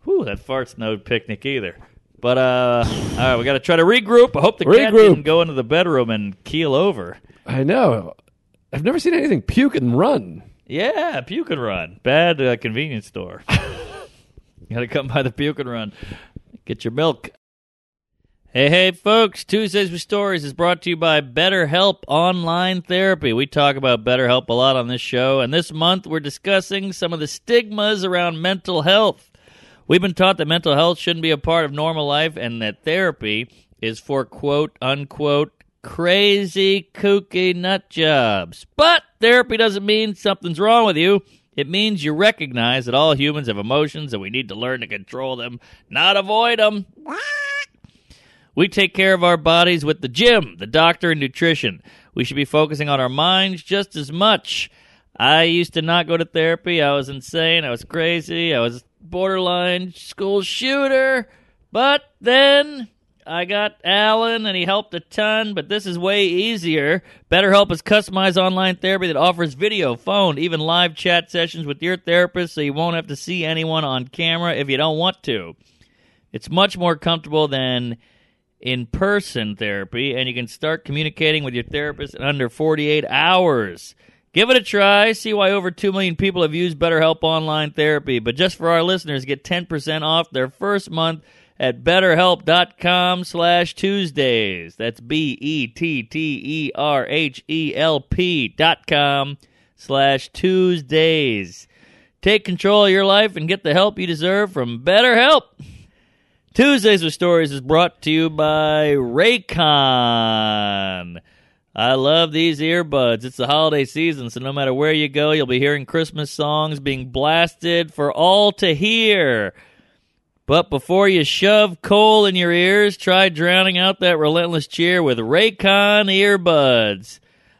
whew, that fart's no picnic either. But uh, all right, we got to try to regroup. I hope the cat Regroup. didn't go into the bedroom and keel over. I know. I've never seen anything puke and run. Yeah, puke and run. Bad uh, convenience store. (laughs) Got to come by the puke and run. Get your milk. Hey, hey, folks. Tuesdays with Stories is brought to you by BetterHelp Online Therapy. We talk about BetterHelp a lot on this show, and this month we're discussing some of the stigmas around mental health. We've been taught that mental health shouldn't be a part of normal life and that therapy is for quote unquote crazy, kooky nut jobs. But therapy doesn't mean something's wrong with you. It means you recognize that all humans have emotions and we need to learn to control them, not avoid them. We take care of our bodies with the gym, the doctor, and nutrition. We should be focusing on our minds just as much. I used to not go to therapy. I was insane. I was crazy. I was borderline school shooter. But then I got Alan and he helped a ton, but this is way easier. BetterHelp is customized online therapy that offers video, phone, even live chat sessions with your therapist so you won't have to see anyone on camera if you don't want to. It's much more comfortable than in person therapy, and you can start communicating with your therapist in under 48 hours. Give it a try. See why over 2 million people have used BetterHelp Online Therapy. But just for our listeners, get 10% off their first month at betterhelp.com slash Tuesdays. That's E B-E-T-T-E-R-H-E-L-P E dot com slash Tuesdays. Take control of your life and get the help you deserve from BetterHelp. Tuesdays with Stories is brought to you by Raycon. I love these earbuds. It's the holiday season, so no matter where you go, you'll be hearing Christmas songs being blasted for all to hear. But before you shove coal in your ears, try drowning out that relentless cheer with Raycon earbuds.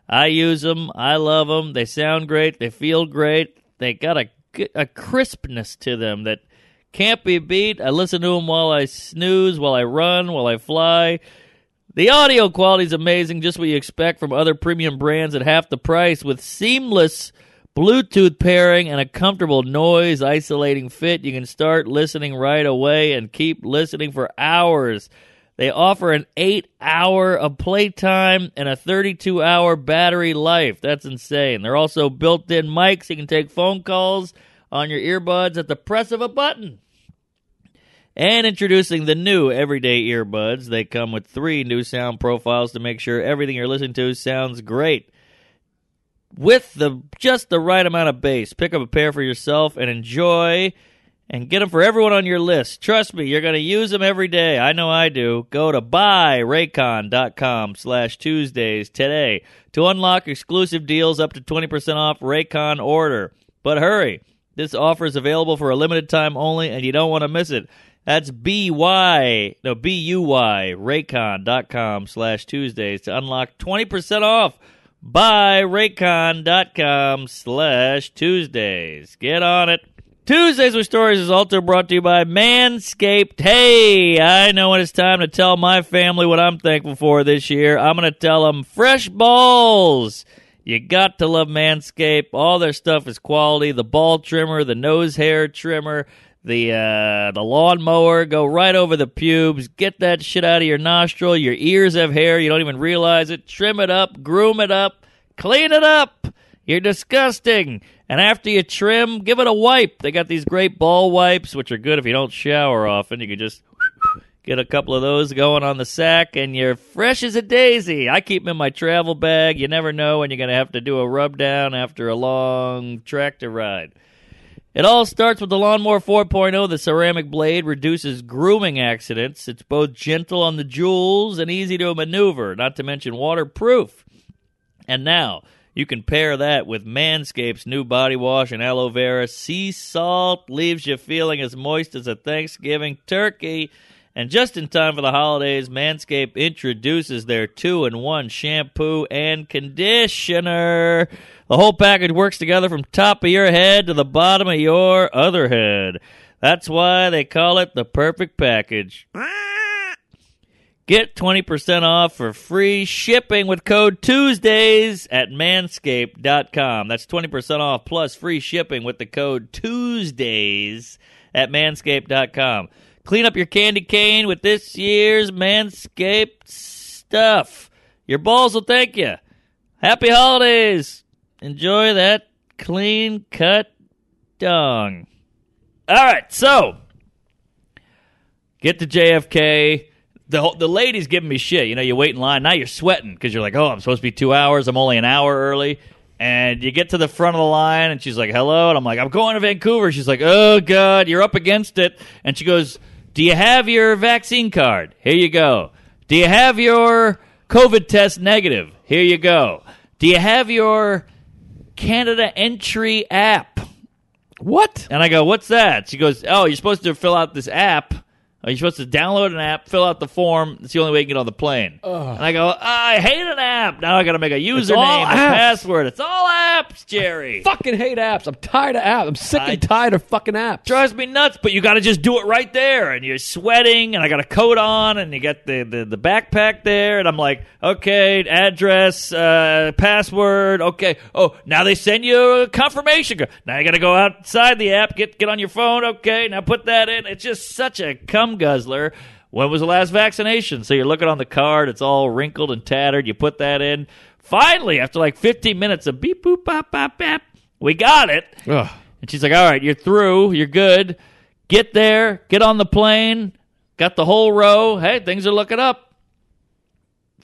I use them. I love them. They sound great. They feel great. They got a, g- a crispness to them that can't be beat. I listen to them while I snooze, while I run, while I fly. The audio quality is amazing, just what you expect from other premium brands at half the price with seamless Bluetooth pairing and a comfortable noise isolating fit. You can start listening right away and keep listening for hours. They offer an 8 hour of playtime and a 32 hour battery life. That's insane. They're also built in mics. You can take phone calls on your earbuds at the press of a button. And introducing the new everyday earbuds. They come with three new sound profiles to make sure everything you're listening to sounds great. With the just the right amount of bass, pick up a pair for yourself and enjoy. and get them for everyone on your list. Trust me, you're going to use them every day. I know I do. Go to buyraycon.com slash Tuesdays today to unlock exclusive deals up to 20% off Raycon order. But hurry, this offer is available for a limited time only, and you don't want to miss it. That's B-Y, no, B-U-Y, raycon.com slash Tuesdays to unlock 20% off. Buy raycon.com slash Tuesdays. Get on it. Tuesdays with Stories is also brought to you by Manscaped. Hey, I know when it's time to tell my family what I'm thankful for this year. I'm going to tell them fresh balls. You got to love Manscaped. All their stuff is quality. The ball trimmer, the nose hair trimmer, the uh, the lawnmower go right over the pubes. Get that shit out of your nostril. Your ears have hair. You don't even realize it. Trim it up, groom it up, clean it up. You're disgusting. And after you trim, give it a wipe. They got these great ball wipes, which are good if you don't shower often. You can just get a couple of those going on the sack, and you're fresh as a daisy. I keep them in my travel bag. You never know when you're going to have to do a rub down after a long tractor ride. It all starts with the Lawnmower 4.0. The ceramic blade reduces grooming accidents. It's both gentle on the jewels and easy to maneuver, not to mention waterproof. And now you can pair that with Manscaped's new body wash and aloe vera. Sea salt leaves you feeling as moist as a Thanksgiving turkey. And just in time for the holidays, Manscaped introduces their two in one shampoo and conditioner. The whole package works together from top of your head to the bottom of your other head. That's why they call it the perfect package. Get 20% off for free shipping with code Tuesdays at manscaped.com. That's 20% off plus free shipping with the code Tuesdays at manscaped.com. Clean up your candy cane with this year's Manscaped stuff. Your balls will thank you. Happy holidays. Enjoy that clean cut dong. All right, so get to JFK. The whole, the ladies giving me shit. You know, you wait in line. Now you're sweating because you're like, oh, I'm supposed to be two hours. I'm only an hour early. And you get to the front of the line, and she's like, hello. And I'm like, I'm going to Vancouver. She's like, oh, God, you're up against it. And she goes, do you have your vaccine card? Here you go. Do you have your COVID test negative? Here you go. Do you have your Canada Entry app? What? And I go, "What's that?" She goes, "Oh, you're supposed to fill out this app. Or you're supposed to download an app, fill out the form. It's the only way you can get on the plane." And I go, "I hate an app. Now I got to make a username, all a apps. password. It's all apps, Jerry. Fucking hate apps. I'm tired of apps. I'm sick I- and tired of fucking apps. drives me nuts. But you got to just do it right there, and you're sweating, and I got a coat on, and you got the the, the backpack there, and I'm like, okay, address, uh, password, okay. Oh, now they send you a confirmation. code. Now you got to go outside the app, get get on your phone, okay. Now put that in. It's just such a cum guzzler. When was the last vaccination? So you're looking on the card, it's all wrinkled and tattered. You put that in. Finally, after like 15 minutes of beep boop bop bop bop, we got it. Ugh. And she's like, "All right, you're through. You're good. Get there. Get on the plane. Got the whole row. Hey, things are looking up.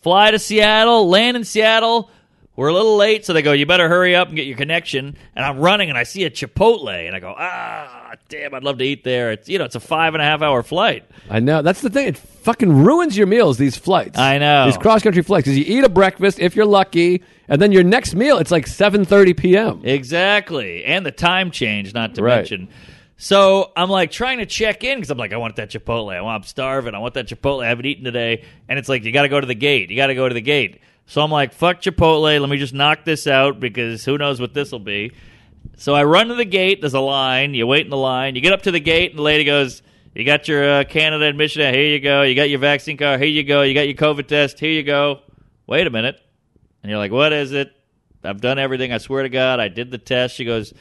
Fly to Seattle. Land in Seattle. We're a little late, so they go, "You better hurry up and get your connection." And I'm running, and I see a Chipotle, and I go, "Ah, damn! I'd love to eat there. It's you know, it's a five and a half hour flight." I know. That's the thing. It fucking ruins your meals, these flights. I know. These cross country flights. Because you eat a breakfast if you're lucky, and then your next meal, it's like seven thirty PM. Exactly. And the time change, not to Right. mention. So I'm like trying to check in because I'm like, I want that Chipotle. I want, I'm starving. I want that Chipotle. I haven't eaten today. And it's like, you got to go to the gate. You got to go to the gate. So I'm like, fuck Chipotle. Let me just knock this out because who knows what this will be. So I run to the gate. There's a line. You wait in the line. You get up to the gate, and the lady goes, "You got your uh, Canada admission. Here you go. You got your vaccine card. Here you go. You got your COVID test. Here you go." Wait a minute, and you're like, "What is it? I've done everything. I swear to God, I did the test." She goes,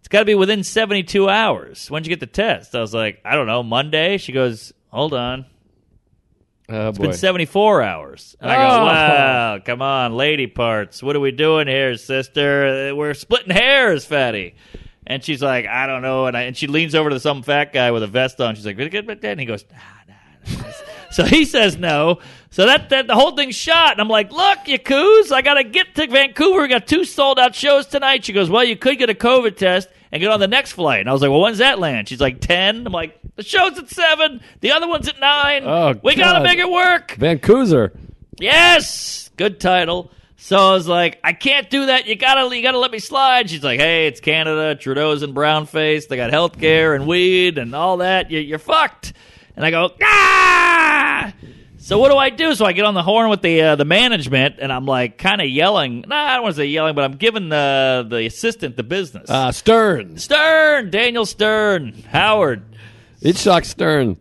"It's got to be within 72 hours. When'd you get the test?" I was like, "I don't know. Monday." She goes, "Hold on." Oh, It's been 74 hours. And I Oh. go, wow, come on, lady parts. What are we doing here, sister? We're splitting hairs, fatty. And she's like, I don't know. And, I, and she leans over to some fat guy with a vest on. She's like, "Good, good, good." and he goes, nah, nah, nah. (laughs) So he says no. So that, that the whole thing's shot. And I'm like, look, you coos, I got to get to Vancouver. We got two sold out shows tonight. She goes, well, you could get a COVID test and get on the next flight. And I was like, well, when's that land? She's like, 10. I'm like, the show's at 7. The other one's at 9. Oh, we got to God. make it work. Vancouver. Yes, good title. So I was like, I can't do that. You gotta, you gotta let me slide. She's like, Hey, it's Canada. Trudeau's in brown face. They got health care and weed and all that. You, you're fucked. And I go, ah. So what do I do? So I get on the horn with the uh, the management, and I'm like, kind of yelling. Nah, I don't want to say yelling, but I'm giving the the assistant the business. Uh, Stern. Stern, Daniel Stern, Howard. It sucks, Stern.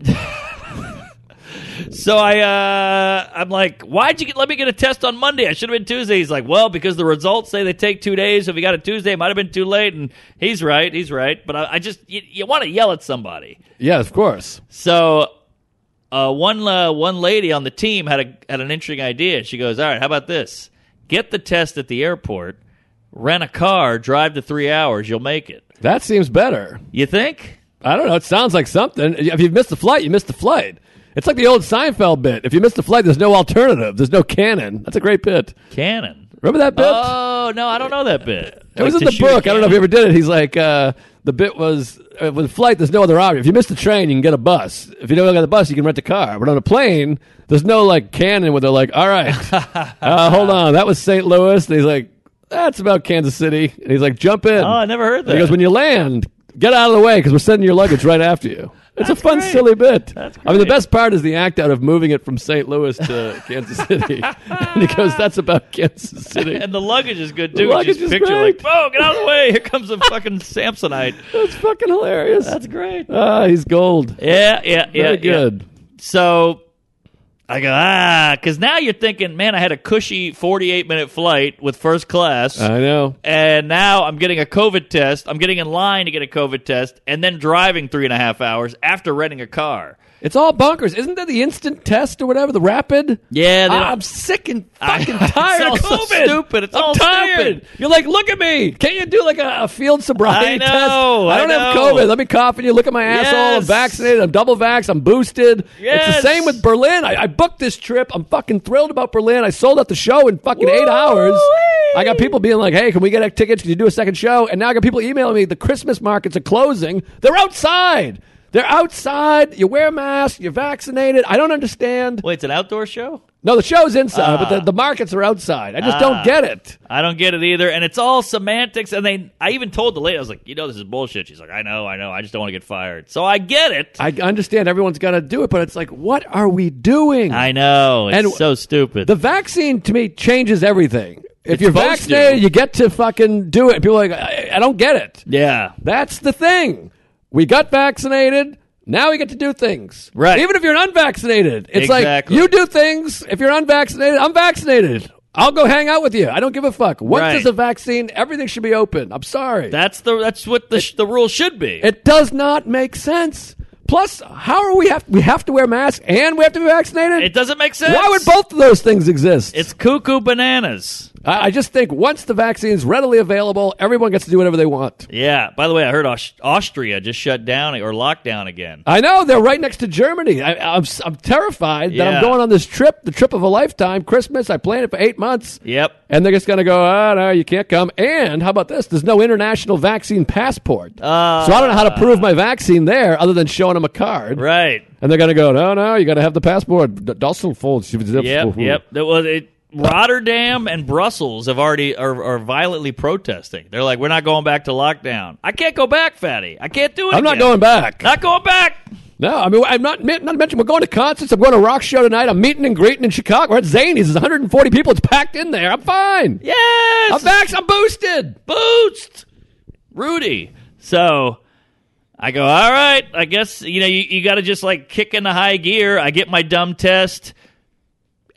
So I, uh, I'm like, why'd you get, let me get a test on Monday? I should have been Tuesday. He's like, well, because the results say they take two days. So if you got it Tuesday, it might have been too late. And he's right. He's right. But I, I just, you, you want to yell at somebody. Yeah, of course. So uh, one uh, one lady on the team had a had an interesting idea. She goes, "All right, how about this? Get the test at the airport, rent a car, drive the three hours. You'll make it. That seems better. You think?" I don't know. It sounds like something. If you missed the flight, you missed the flight. It's like the old Seinfeld bit. If you missed the flight, there's no alternative. There's no cannon. That's a great bit. Cannon. Remember that bit? Oh no, I don't know that bit. it was in the book. I don't know if you ever did it. He's like, uh, the bit was uh, with flight. There's no other option. If you miss the train, you can get a bus. If you don't get a bus, you can rent a car. But on a plane, there's no like cannon where they're like, all (laughs) right, uh, hold on, that was St. Louis. And he's like, that's about Kansas City. And he's like, jump in. Oh, I never heard that. And he goes, when you land, get out of the way because we're sending your luggage right after you. It's a fun, great. silly bit. That's I mean, the great. best part is the act out of moving it from St. Louis to Kansas (laughs) City. and he goes, that's about Kansas City. And the luggage is good too. luggage Just is picture like, great. boom, get out of the way. Here comes a (laughs) fucking Samsonite. That's fucking hilarious. That's great. Ah, he's gold. Yeah, yeah, yeah. Very yeah. good. So I go ah, because now you're thinking, man, I had a cushy 48 minute flight with first class. I know. and now I'm getting a COVID test. I'm getting in line to get a COVID test, and then driving three and a half hours after renting a car. It's all bonkers. Isn't that the instant test or whatever? The rapid? Yeah, they I'm don't- sick and fucking (laughs) It's tired all of so COVID. stupid. It's I'm all tired. stupid. You're like, look at me. Can't you do like a, a field sobriety I know, test? I I don't have know. COVID. Let me cough at you. Look at my asshole. I'm Yes. vaccinated. I'm double vax. I'm boosted. It's Yes. the same with Berlin. I, I booked this trip. I'm fucking thrilled about Berlin. I sold out the show in fucking eight hours. I got people being like, hey, can we get tickets? Can you do a second show? And now I got people emailing me, the Christmas markets are closing. They're outside. They're outside. You wear a mask. You're vaccinated. I don't understand. Wait, it's an outdoor show. No, the show's inside, but Ah. the, the markets are outside. I just don't get it. I don't get it either, and it's all semantics. And they, I even told the lady, I was like, you know, this is bullshit. She's like, I know, I know, I just don't want to get fired. So I get it. I understand everyone's got to do it, but it's like, what are we doing? I know. It's And- so stupid. the vaccine to me changes everything. If It's you're supposed vaccinated, to. you get to fucking do it. People are like, I, I don't get it. yeah. That's the thing. We got vaccinated. Now we get to do things. Right. Even if you're unvaccinated, it's Exactly. like you do things. If you're unvaccinated, I'm vaccinated. I'll go hang out with you. I don't give a fuck. Once Right. there's a vaccine, everything should be open. I'm sorry. That's the that's what the sh- the rule should be. It does not make sense. Plus, how are we have we have to wear masks and we have to be vaccinated? It doesn't make sense. Why would both of those things exist? It's cuckoo bananas. I, I just think once the vaccine is readily available, everyone gets to do whatever they want. Yeah. By the way, I heard Aus- Austria just shut down or locked down again. I know they're right next to Germany. I, I'm s- I'm terrified that I'm Yeah. going on this trip, the trip of a lifetime. Christmas, I planned it for eight months. Yep. And they're just going to go, oh, no, you can't come. And how about this? There's no international vaccine passport. Uh, so I don't know how to prove my vaccine there other than showing them a card. Right. And they're going to go, no, no, you got to have the passport. D- Dustin Folds. Yep. yep. That was it. Rotterdam and Brussels have already are, are violently protesting. They're like, we're not going back to lockdown. I can't go back, fatty. I can't do it. I'm not again. going back. Not going back. No, I mean, I'm not, not to mention we're going to concerts. I'm going to a rock show tonight. I'm meeting and greeting in Chicago. We're at Zany's. There's 140 people. It's packed in there. I'm fine. Yes. I'm vax. I'm boosted. boost rudy so i go all right i guess you know you, you gotta just like kick into high gear i get my dumb test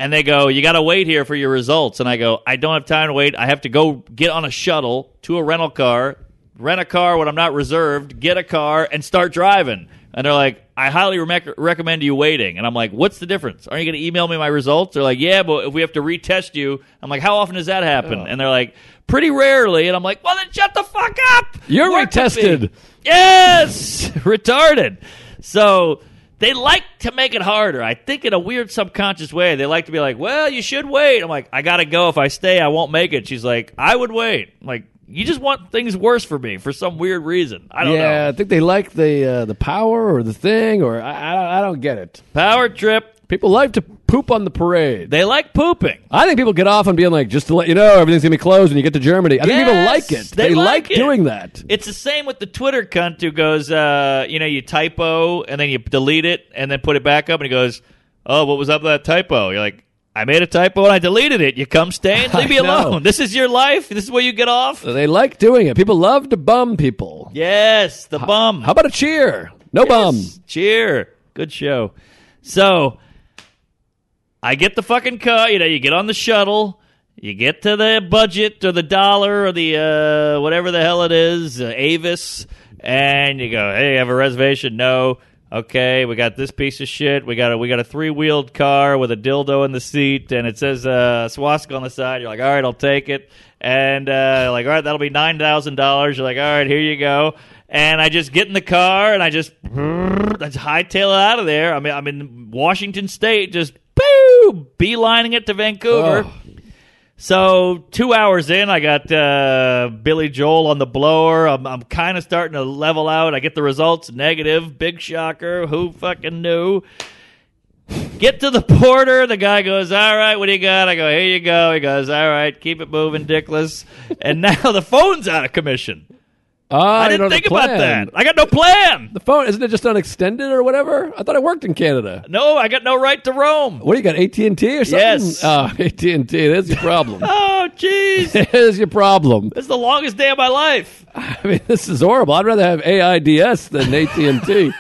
and they go you gotta wait here for your results and i go i don't have time to wait i have to go get on a shuttle to a rental car rent a car when i'm not reserved get a car and start driving and they're like i highly remec recommend you waiting and i'm like what's the difference aren't you gonna email me my results they're like yeah but if we have to retest you i'm like how often does that happen and they're like pretty rarely and i'm like well then shut the fuck up You're Work with me." retested. Yes, (laughs) retarded. So they like to make it harder. I think in a weird subconscious way, they like to be like, "Well, you should wait." I'm like, "I gotta go. If I stay, I won't make it." She's like, "I would wait." I'm like, You just want things worse for me for some weird reason. I don't yeah, know. I think they like the uh, the power or the thing, or I, I, don't- I don't get it. Power trip. People like to poop on the parade. They like pooping. I think people get off on being like, just to let you know, everything's gonna be closed when you get to Germany. I think people Yes, like it. they They, like like, it. doing that. It's the same with the Twitter cunt who goes, uh, you know, you typo and then you delete it and then put it back up and he goes, oh, what was up with that typo? You're like, I made a typo and I deleted it. You come stain, (laughs) leave me I know. Uh, alone. This is your life. This is where you get off. They like doing it. People love to bum people. Yes, the bum. How about a cheer? No bum. Yes. Cheer. Good show. So I get the fucking car. You know, you get on the shuttle. You get to the budget or the dollar or the uh, whatever the hell it is, uh, Avis, and you go, "Hey, I have a reservation." No. Okay, we got this piece of shit. We got a we got a three wheeled car with a dildo in the seat, and it says uh, swastika on the side. You're like, all right, I'll take it. And uh, like, all right, that'll be nine thousand dollars. You're like, all right, here you go. And I just get in the car and I just (laughs) that's hightail it out of there. I mean, I'm in Washington State, just boo, beelining it to Vancouver. Ugh. So two hours in, I got uh, Billy Joel on the blower. I'm, I'm kind of starting to level out. I get the results negative. Big shocker. Who fucking knew? Get to the porter. The guy goes, "All right, what do you got?" I go, "Here you go." He goes, "All right, keep it moving, Dickless." And (laughs) now the phone's out of commission. Oh, I you didn't don't have think a about plan. that. I got no plan. The phone isn't it just unextended or whatever? I thought it worked in Canada. No, I got no right to roam. What do you got? AT and T or something? Yes. Oh, (laughs) AT and T. That's your problem. Oh, jeez. There's your problem. (laughs) (laughs) This is the longest day of my life. I mean, this is horrible. I'd rather have AIDS than AT and (laughs) T.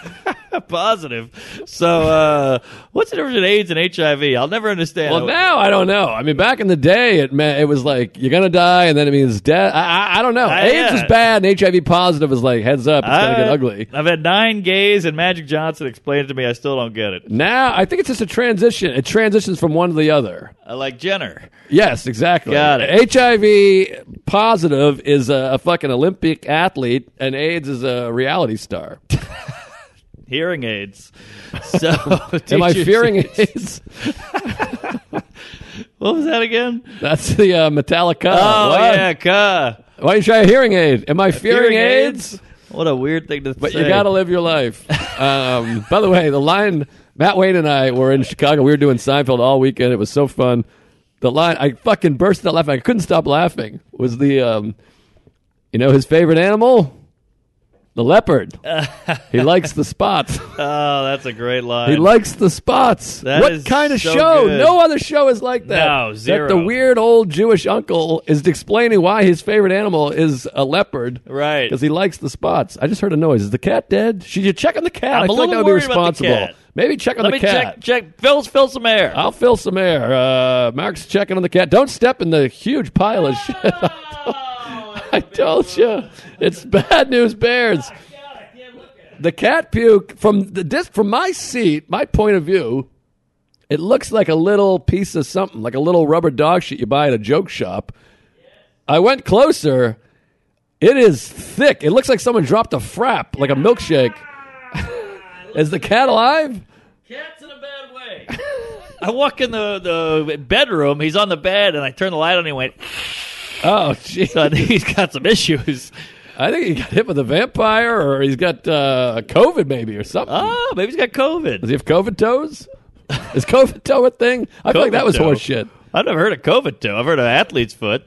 Positive. So, uh, what's the difference between AIDS and HIV? I'll never understand. Well, now I don't know. I mean, back in the day, it meant it was like you're gonna die, and then it means death. I, I, I don't know. I- AIDS Ah, yeah. Ah. is bad, and HIV positive is like heads up, it's gonna get I- ugly. I've had nine gays, and Magic Johnson explained it to me. I still don't get it. Now I think it's just a transition. It transitions from one to the other. I like Jenner. Yes, exactly. Got it. HIV positive is a, a fucking Olympic athlete, and AIDS is a reality star. Hearing aids. (laughs) So, Am I teachers- fearing (laughs) AIDS? What was that again? That's the uh, Metallica. Oh, What? yeah, cuh. Why did you try a hearing aid? Am I fearing, AIDS? What a weird thing to But say. you got to live your life. Um, by the way, the line Matt Wayne and I were in Chicago. We were doing Seinfeld all weekend. It was so fun. The line I fucking burst out laughing. I couldn't stop laughing. Was the um, you know his favorite animal, the (laughs) leopard. he likes the spots. Oh, that's a great line. He likes the spots. That is what kind of so show? good. No other show is like that. No, zero. That the weird old Jewish uncle is explaining why his favorite animal is a leopard. Right. Because he likes the spots. I just heard a noise. Is the cat dead? Should you check on the cat? I'm I a feel like little that would be worried about the responsible. cat. Maybe check on Let the me cat. check. Check. Fill, fill some air. I'll fill some air. Uh, Mark's checking on the cat. Don't step in the huge pile of shit. (laughs) I told you, it's bad news bears. The cat puke from the dis- from my seat, my point of view, it looks like a little piece of something, like a little rubber dog shit you buy at a joke shop. I went closer. It is thick. It looks like someone dropped a frap, like a milkshake. (laughs) is the cat alive? Cat's in a bad way. (laughs) I walk in the, the bedroom. He's on the bed, and I turn the light on. And he went. Oh, jeez. So I think (laughs) he's got some issues. I think he got hit with a vampire, or he's got uh, COVID maybe, or something. Oh, maybe he's got Does COVID. he have COVID toes? Is COVID toe a thing? I feel like that was COVID toe. horseshit. I've never heard of COVID toe. I've heard of athlete's foot,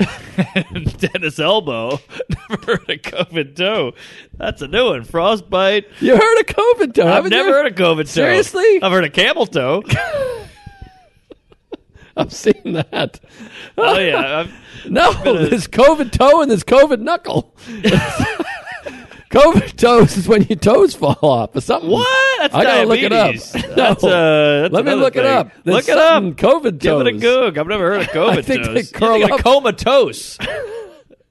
(laughs) and tennis elbow. (laughs) Never heard of COVID toe. That's a new one. Frostbite. You heard of COVID toe? I've haven't never you? heard of COVID toe. Seriously? I've heard of camel toe. (laughs) I've seen that. Uh, Oh yeah. I've- No, this COVID toe and this (laughs) COVID knuckle. COVID toes is when your toes fall off or something. what? That's I gotta look it up. (laughs) diabetes. No. That's, uh, that's Let me another look it thing. up. There's look it up. something COVID Give toes. it a goog. I've never heard of COVID (laughs) I think toes. they You curl think of up. comatose. (laughs)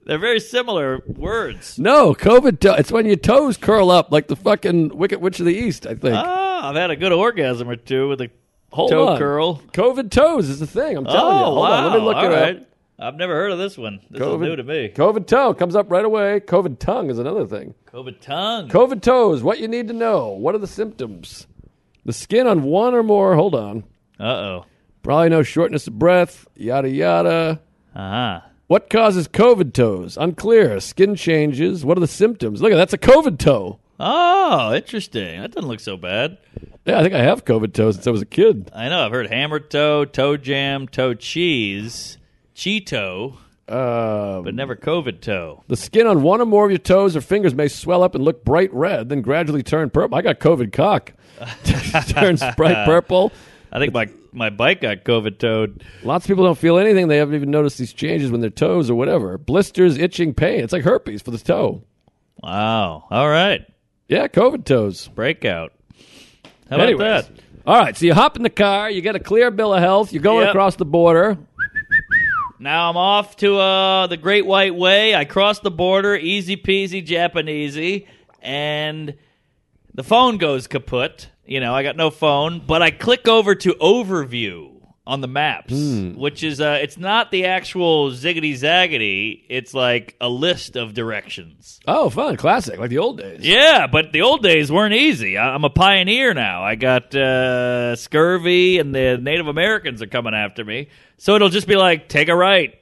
They're very similar words. No, COVID toe. It's when your toes curl up like the fucking Wicked Witch of the East. I think. Ah, I've had a good orgasm or two with a Hold toe on. curl. COVID toes is the thing. I'm telling you. Oh, Hold wow. on. Let me look All it right. up. I've never heard of this one. This COVID, is new to me. COVID toe comes up right away. COVID tongue is another thing. COVID tongue. COVID toes. What you need to know. What are the symptoms? The skin on one or more. Hold on. Uh oh. Probably no shortness of breath. Yada yada. Uh huh. What causes COVID toes? Unclear. Skin changes. What are the symptoms? Look, at that's a COVID toe. Oh, interesting. That doesn't look so bad. Yeah, I think I have COVID toe since I was a kid. I know. I've heard hammer toe, toe jam, toe cheese, Cheeto, Um, but never COVID toe. the skin on one or more of your toes or fingers may swell up and look bright red, then gradually turn purple. I got COVID cock. (laughs) Turns bright purple. I think my my bike got COVID toed. Lots of people don't feel anything. They haven't even noticed these changes when their toes or whatever. Blisters, itching, pain. It's like herpes for the toe. Wow. All right. Yeah, COVID toes. Breakout. How about Anyways. that? All right, so you hop in the car, you get a clear bill of health, you're going Yep. across the border. Now I'm off to uh, the Great White Way. I crossed the border, easy peasy, Japanesey, and the phone goes kaput. You know, I got no phone, but I click over to overview on the maps, which is uh, it's not the actual ziggity zaggity. It's like a list of directions. Oh, fun, classic, like the old days. Yeah, but the old days weren't easy. I- I'm a pioneer now. I got uh, scurvy, and the Native Americans are coming after me. So it'll just be like, take a right,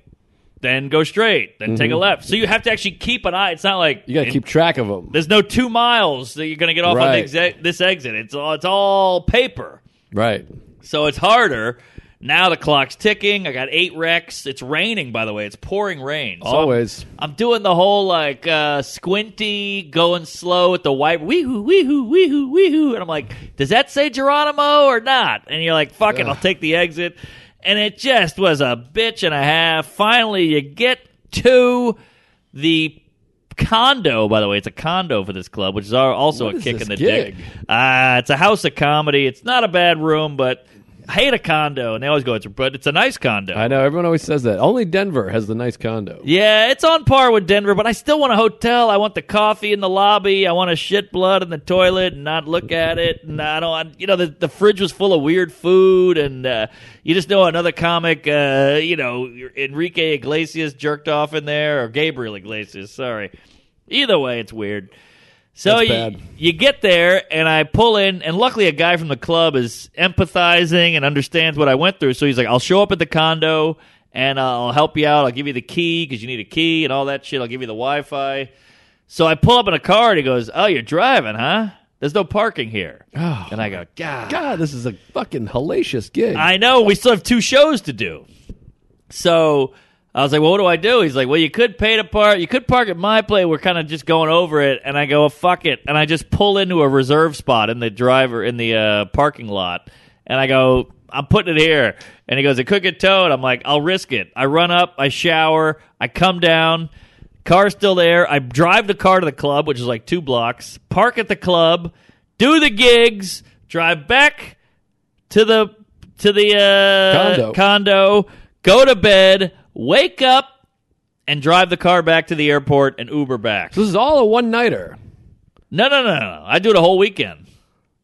then go straight, then take a left. So you have to actually keep an eye. It's not like Mm-hmm. You got to it- keep track of them. There's no two miles that you're going to get off on Right. the exe- this exit. It's all it's all paper, Right. so it's harder. Now the clock's ticking. I got eight wrecks. It's raining, by the way. It's pouring rain. So I'm- Always. I'm doing the whole like uh, squinty, going slow at the wiper, wee hoo, wee hoo, wee hoo, wee hoo, and I'm like, does that say Geronimo or not? And you're like, fuck it, I'll take the exit. And it just was a bitch and a half. Finally, you get to the condo. By the way, it's a condo for this club, which is al- also What a is kick this in the gig? dick. Uh, it's a house of comedy. It's not a bad room, but. I hate a condo, and they always go. It's but it's a nice condo. I know, everyone always says that. Only Denver has the nice condo. Yeah, it's on par with Denver, but I still want a hotel. I want the coffee in the lobby. I want to shit blood in the toilet and not look at it. And I don't, want- you know, the, the fridge was full of weird food. And uh, you just know another comic, uh, you know, Enrique Iglesias jerked off in there, or Gabriel Iglesias, sorry. Either way, it's weird. So That's you, bad. you get there, and I pull in, and luckily a guy from the club is empathizing and understands what I went through. So he's like, "I'll show up at the condo, and I'll help you out. I'll give you the key because you need a key and all that shit. I'll give you the Wi-Fi." So I pull up in a car, and he goes, "Oh, you're driving, huh? There's no parking here." Oh. and I go, "God, God, this is a fucking hellacious gig. I know. We still have two shows to do. So I was like, well, what do I do? He's like, well, you could pay to park. You could park at my place. We're kind of just going over it. And I go, well, fuck it. And I just pull into a reserve spot in the driver in the uh, parking lot. And I go, I'm putting it here. And he goes, it could get towed. I'm like, I'll risk it. I run up. I shower. I come down. Car's still there. I drive the car to the club, which is like two blocks. Park at the club. Do the gigs. Drive back to the to the uh, Condo. condo, go to bed, wake up, and drive the car back to the airport and Uber back. this is all a one nighter. No, no, no, no, no. I do it a whole weekend.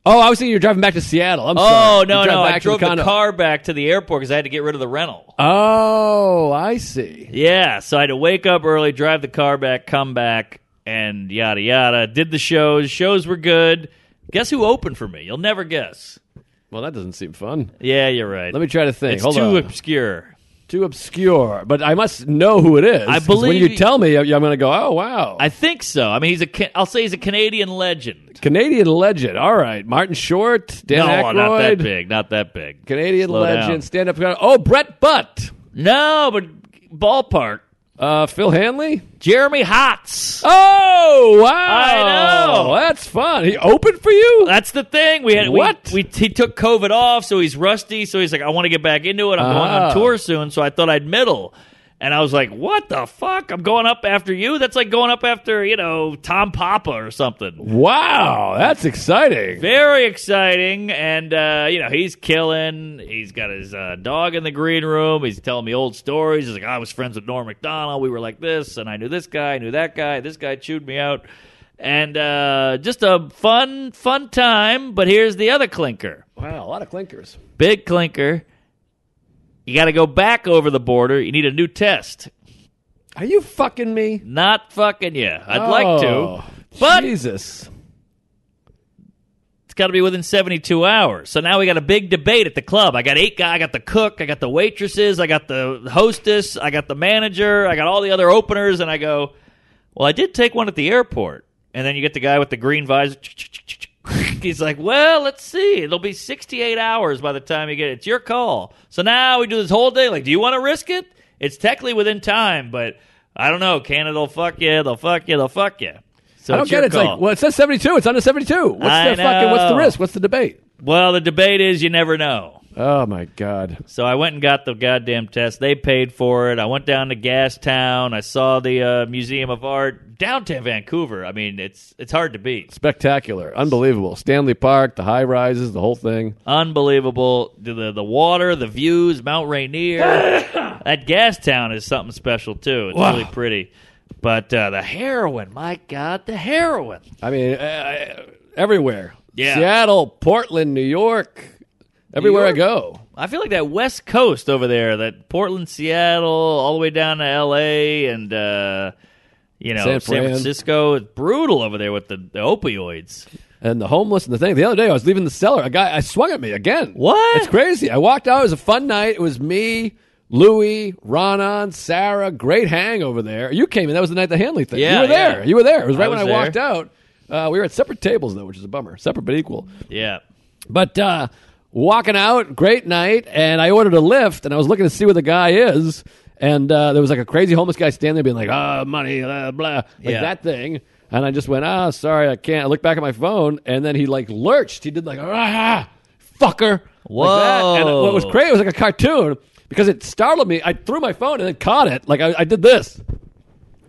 Oh, I was thinking you're driving back to Seattle. I'm Oh sorry. no, You drive no! I back to drove the, condo. car back to the airport because I had to get rid of the rental. Oh, I see. Yeah, so I had to wake up early, drive the car back, come back, and yada yada. Did the shows. Shows were good. Guess who opened for me? You'll never guess. Well, that doesn't seem fun. Yeah, you're right. Let me try to think. It's Hold too on. obscure. too obscure, but I must know who it is. I 'cause when believe you he- tell me, I- I'm going to go, oh wow, I think so. I mean, he's a. Ca- I'll say he's a Canadian legend. Canadian legend. All right, Martin Short, Dan no, Aykroyd, not that big. Not that big. Canadian Slow down. legend, stand up. Oh, Brett Butt, No, but ballpark. uh, Phil Hanley. Jeremy Hotz. Oh wow, I know. that's fun. He opened for you. That's the thing. We had we- What? we, he took COVID off, so he's rusty. So he's like, I want to get back into it. I'm going Ah. on tour soon, so I thought I'd middle. And I was like, What the fuck? I'm going up after you. That's like going up after you know Tom Papa or something. Wow, that's exciting. Very exciting, and uh, you know he's killing. He's got his uh, dog in the green room. He's telling me old stories. He's like, I was friends with Norm Macdonald. We were like this, and I knew this guy, I knew that guy. This guy chewed me out, and uh, just a fun, fun time. But here's the other clinker, Wow, a lot of clinkers. big clinker. You got to go back over the border. You need a new test. Are you fucking me? Not fucking yeah. I'd Oh, like to, but Jesus. It's got to be within 72 hours. So now we got a big debate at the club. I got eight guys. I got the cook. I got the waitresses. I got the hostess. I got the manager. I got all the other openers. And I go, well, I did take one at the airport. And then you get the guy with the green visor. (laughs) He's like, well, let's see. It'll be 68 hours by the time you get it. It's your call. So now we do this whole day. Like, do you want to risk it? It's technically within time, but I don't know. Canada will fuck you. They'll fuck you. They'll fuck you. So I don't it's get your it. It's like, call. well, it says 72. It's under 72. What's I the fucking, what's the know. risk? What's the debate? Well, the debate is you never know. Oh, my God. So I went and got the goddamn test. They paid for it. I went down to Gastown. I saw the uh, Museum of Art downtown Vancouver. I mean, it's it's hard to beat. Spectacular. Unbelievable. Stanley Park, the high rises, the whole thing. Unbelievable. The the, the water, the views, Mount Rainier. that Gastown is something special too. It's really pretty. But uh, the heroin, my god, the heroin. I mean, uh, everywhere. Yeah. Seattle, Portland, New York. Everywhere York? I go. I feel like that West Coast over there, that Portland, Seattle, all the way down to L.A. and uh, you know San, San Fran. Francisco. It's brutal over there with the, the opioids. and the homeless and the thing. The other day, I was leaving the cellar. A guy I swung at me again. What? It's crazy. I walked out. It was a fun night. It was me, Louie, Ronan, Sarah. Great hang over there. You came in. That was the night the Hanley thing. Yeah, you were there. yeah. You were there. It was right I when was I walked there. out. Uh, we were at separate tables though, which is a bummer. Separate but equal. Yeah, But uh, walking out, great night, and I ordered a lift, and I was looking to see where the guy is, and uh, there was like a crazy homeless guy standing there being like, "Ah, money, blah, blah," like Yeah. that thing. And I just went, "Ah, sorry, I can't." I looked back at my phone, and then he like lurched. He did like, "Ah, fucker!" Like that. And Whoa. what was crazy was like a cartoon because it startled me. I threw my phone and then caught it. Like I, I did this,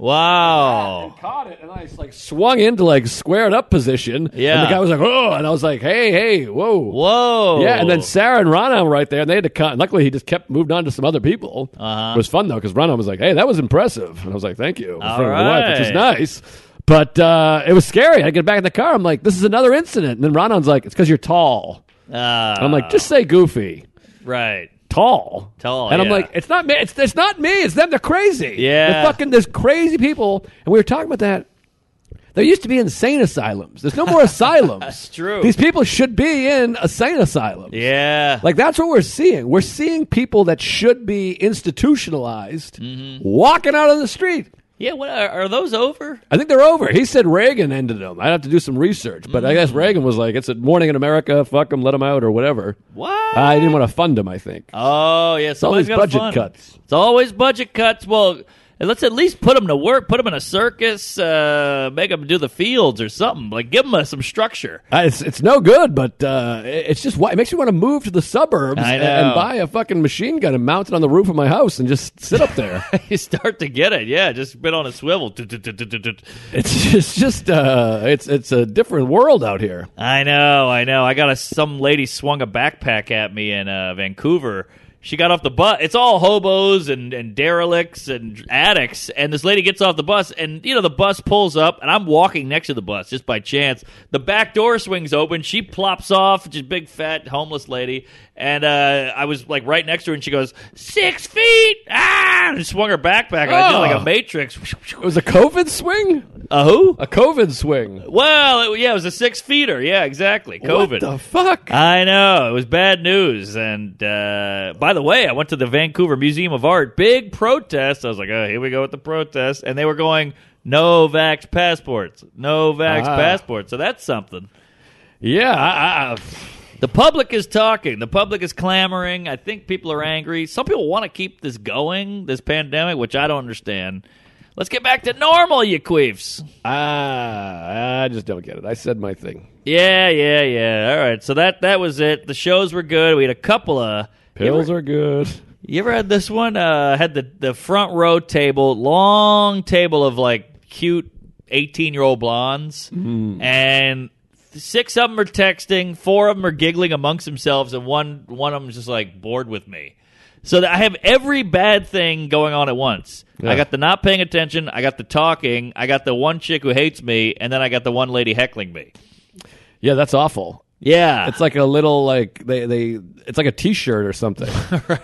wow. caught it, and I just, like swung into like squared up position. Yeah. And the guy was like, "Oh," and I was like, "Hey, hey, whoa, Whoa. yeah, and then Sarah and Rana were right there, and they had to cut. Luckily, he just kept moved on to some other people. Uh-huh. It was fun though because Rana was like, "Hey, that was impressive," and I was like, "Thank you," in front of my wife, which is right. nice. But uh, it was scary. I get back in the car. I'm like, "This is another incident." And then Ranan's like, "It's because you're tall." Ah, And I'm like, "Just say goofy, right. tall, Tall, And I'm yeah. like, "It's not me. It's, it's not me. It's them. They're crazy. Yeah. they're fucking. There's crazy people." And we were talking about that. There used to be insane asylums. (laughs) There's no more asylums. That's true. These people should be in a sane asylum. Yeah. Like that's what we're seeing. We're seeing people that should be institutionalized Mm-hmm. walking out on the street. yeah. What are, are those over? I think they're over. He said Reagan ended them. I'd have to do some research, but I guess Mm-hmm. Reagan was like, "It's a morning in America. Fuck them, let them out, or whatever." What? I didn't want to fund them. I think. Oh yeah, all somebody's these gotta Uh, budget fund. cuts. It's always budget cuts. Well, let's at least put them to work. Put them in a circus. Uh, make them do the fields or something. Like give them some structure. Uh, It's it's no good, but uh, it- it's just why it makes me want to move to the suburbs I and, and know. buy a fucking machine gun and mount it on the roof of my house and just sit up (laughs) there. you start to get it. Yeah, just been on a swivel. Du-du-du-du-du-du. it's it's just uh, it's it's a different world out here. I know, I know. I got a some lady swung a backpack at me in uh, Vancouver. She got off the bus. It's all hobos and, and derelicts and addicts. And this lady gets off the bus, and you know the bus pulls up, and I'm walking next to the bus just by chance. The back door swings open. She plops off, just big fat homeless lady. And uh, I was like right next to her, and she goes six feet. Ah! And swung her backpack. And I did like Oh. a matrix. It was a COVID swing, A who? a COVID swing. Well, it, yeah, it was a six feeder. Yeah, exactly. COVID. What the fuck? I know it was bad news. And uh, by the way, I went to the Vancouver Museum of Art. Big protest. I was like, oh, here we go with the protest. And they were going, no vax passports, no vax Ah. passports. So that's something. yeah, I, I, The public is talking. The public is clamoring. I think people are angry. Some people want to keep this going, this pandemic, which I don't understand. Let's get back to normal, you queefs. Ah, I, I just don't get it. I said my thing. Yeah, yeah, yeah. All right. So that that was it. The shows were good. We had a couple of Pills are good. You ever had this one? Uh, had the, the front row table, long table of like cute 18 year old blondes. And six of them are texting, four of them are giggling amongst themselves, and one, one of them's just like bored with me. So that I have every bad thing going on at once. Yeah. I got the not paying attention, I got the talking, I got the one chick who hates me, and then I got the one lady heckling me. Yeah, that's awful. Yeah. It's like a little like they they it's like a T-shirt or (laughs) something.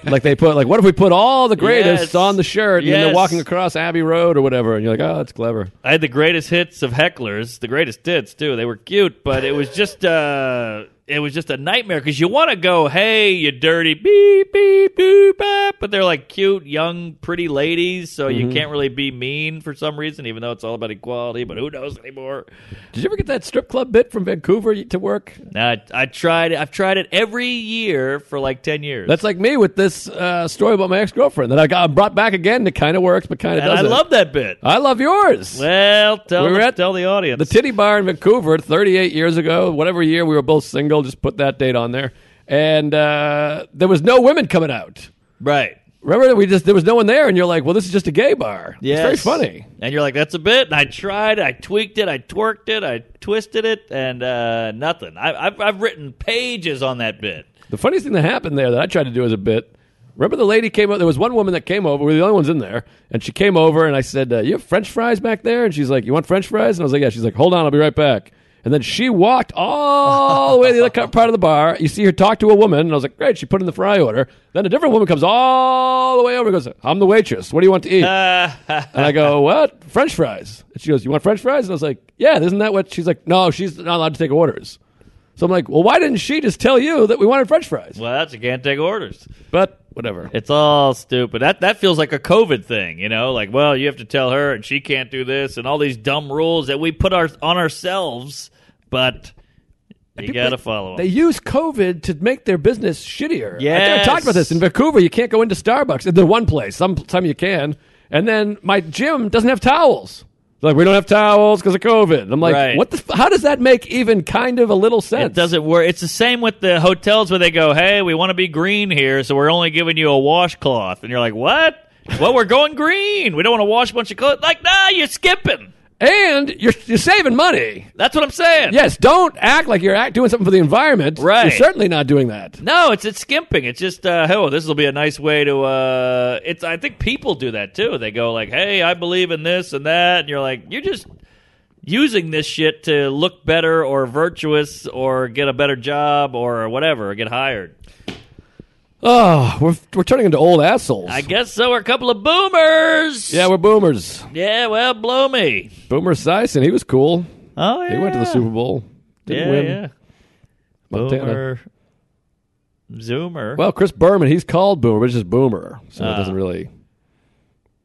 Like they put like what if we put all the greatest Yes. on the shirt and then they're Yes. walking across Abbey Road or whatever and you're like oh that's clever. I had the greatest hits of hecklers, the greatest hits too. They were cute, but it was just uh it was just a nightmare because you want to go, hey, you dirty beep beep boop, bap, but they're like cute, young, pretty ladies, so Mm-hmm. you can't really be mean for some reason, even though it's all about equality. But who knows anymore? Did you ever get that strip club bit from Vancouver to work? Now, I, I tried, I've tried it every year for like ten years. That's like me with this uh, story about my ex girlfriend that I got brought back again. It kind of works, but kind of and I doesn't. love that bit. I love yours. well, tell We were the, at tell the audience. the titty bar in Vancouver 38 years ago, whatever year we were both single, just put that date on there. And uh, there was no women coming out. right. Remember that we just there was no one there, and you're like, "Well, this is just a gay bar." Yeah, It's very funny. And you're like, that's a bit. And I tried, I tweaked it, I twerked it, I twisted it, and uh, nothing. I, I've, I've written pages on that bit. (laughs) The funniest thing that happened there that I tried to do as a bit. Remember the lady came over. There was one woman that came over. We were the only ones in there, and she came over, and I said, uh, "You have French fries back there?" And she's like, "You want French fries?" And I was like, "Yeah." She's like, "Hold on, I'll be right back." And then she walked all the way to the other part of the bar. You see her talk to a woman, and I was like, "Great." She put in the fry order. Then a different woman comes all the way over and goes, "I'm the waitress. What do you want to eat?" And I go, "What? French fries?" And she goes, "You want French fries?" And I was like, "Yeah." Isn't that what she's like? No, she's not allowed to take orders. So I'm like, "Well, why didn't she just tell you that we wanted French fries?" Well, that's you can't take orders. But whatever. It's all stupid. That that feels like a COVID thing, you know? Like, well, you have to tell her, and she can't do this, and all these dumb rules that we put our, on ourselves, but you got to follow They them. use COVID to make their business shittier. I think I Yes. talked about this in Vancouver. You can't go into Starbucks. In the one place, sometime you can. And then my gym doesn't have towels. They're Like we don't have towels because of COVID. And I'm like, Right. what? The f- how does that make even kind of a little sense? It doesn't work. It's the same with the hotels where they go, "Hey, we want to be green here, so we're only giving you a washcloth," and you're like, "What? well, we're going green. We don't want to wash a bunch of clothes." Like, nah, you're skipping. And you're you're saving money. That's what I'm saying. Yes, don't act like you're act doing something for the environment. Right. You're certainly not doing that. No, it's it's skimping. It's just, uh, oh, this will be a nice way to. Uh, it's. I think people do that too. They go like, "Hey, I believe in this and that," and you're like, "You're just." Using this shit to look better or virtuous or get a better job or whatever, or get hired. Oh, we're, we're turning into old assholes. I guess so. We're a couple of boomers. yeah, we're boomers. Yeah, well, blow me. Boomer Sison, he was cool. Oh, yeah. He went to the Super Bowl. Didn't yeah, win. yeah. Montana. Boomer. Zoomer. Well, Chris Berman, he's called Boomer, but it's just Boomer. So it Ah. doesn't really.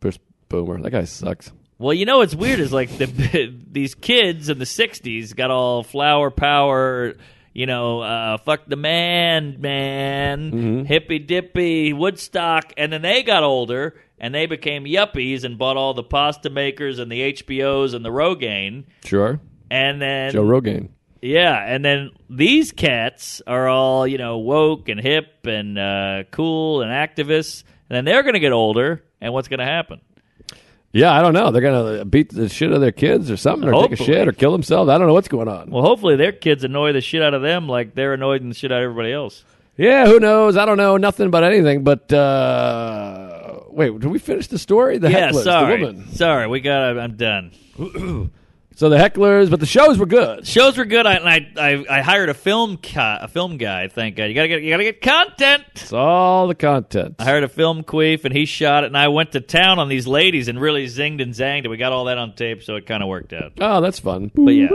Chris Boomer. That guy sucks. Well, you know what's weird is like the (laughs) these kids in the '60s got all flower power, you know, uh, fuck the man, man, Mm-hmm. hippy dippy, Woodstock, and then they got older and they became yuppies and bought all the pasta makers and the HBOs and the Rogaine, Sure. and then Joe Rogan. Yeah, and then these cats are all you know woke and hip and uh, cool and activists, and then they're going to get older, and what's going to happen? Yeah, I don't know. They're going to beat the shit out of their kids or something, or take a Hopefully. shit, or kill themselves. I don't know what's going on. Well, hopefully their kids annoy the shit out of them like they're annoying the shit out of everybody else. Yeah, who knows? I don't know nothing about anything, but. uh Wait, did we finish the story? The Yeah, hecklers, sorry, the woman. sorry, we got. to I'm done. So the hecklers, but the shows were good. Shows were good. I and I, I I hired a film co- a film guy. Thank God. You gotta get you gotta get content. It's all the content. I hired a film queef and he shot it, and I went to town on these ladies and really zinged and zanged, and we got all that on tape, so it kind of worked out. Oh, that's fun. But yeah.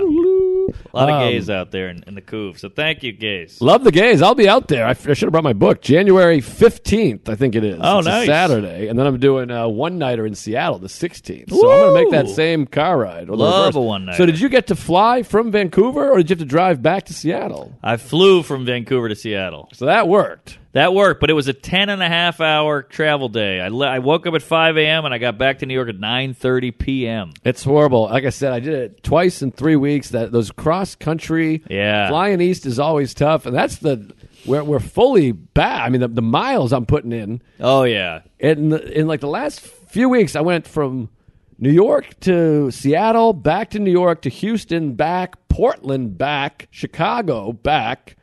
A lot of Um, gays out there in, in the cove. So thank you, gays. Love the gays. I'll be out there. I, should have brought my book. January 15th, I think it is. Oh, It's a nice. Saturday. And then I'm doing a one nighter in Seattle, the 16th. So I'm going to make that Woo! same car ride. or the Love reverse. a one-nighter. So did you get to fly from Vancouver or did you have to drive back to Seattle? I flew from Vancouver to Seattle. So that worked. That worked, but it was a 10 and a half hour travel day. I, le- I woke up at 5 a.m. and I got back to New York at 9.30 p.m. It's horrible. Like I said, I did it twice in three weeks. That those cross country, Yeah. flying east is always tough, and that's the where we're fully back. I mean, the, the miles I'm putting in, Oh, yeah. in the, in like the last few weeks, I went from New York to Seattle, back to New York to Houston, back Portland, back Chicago, back.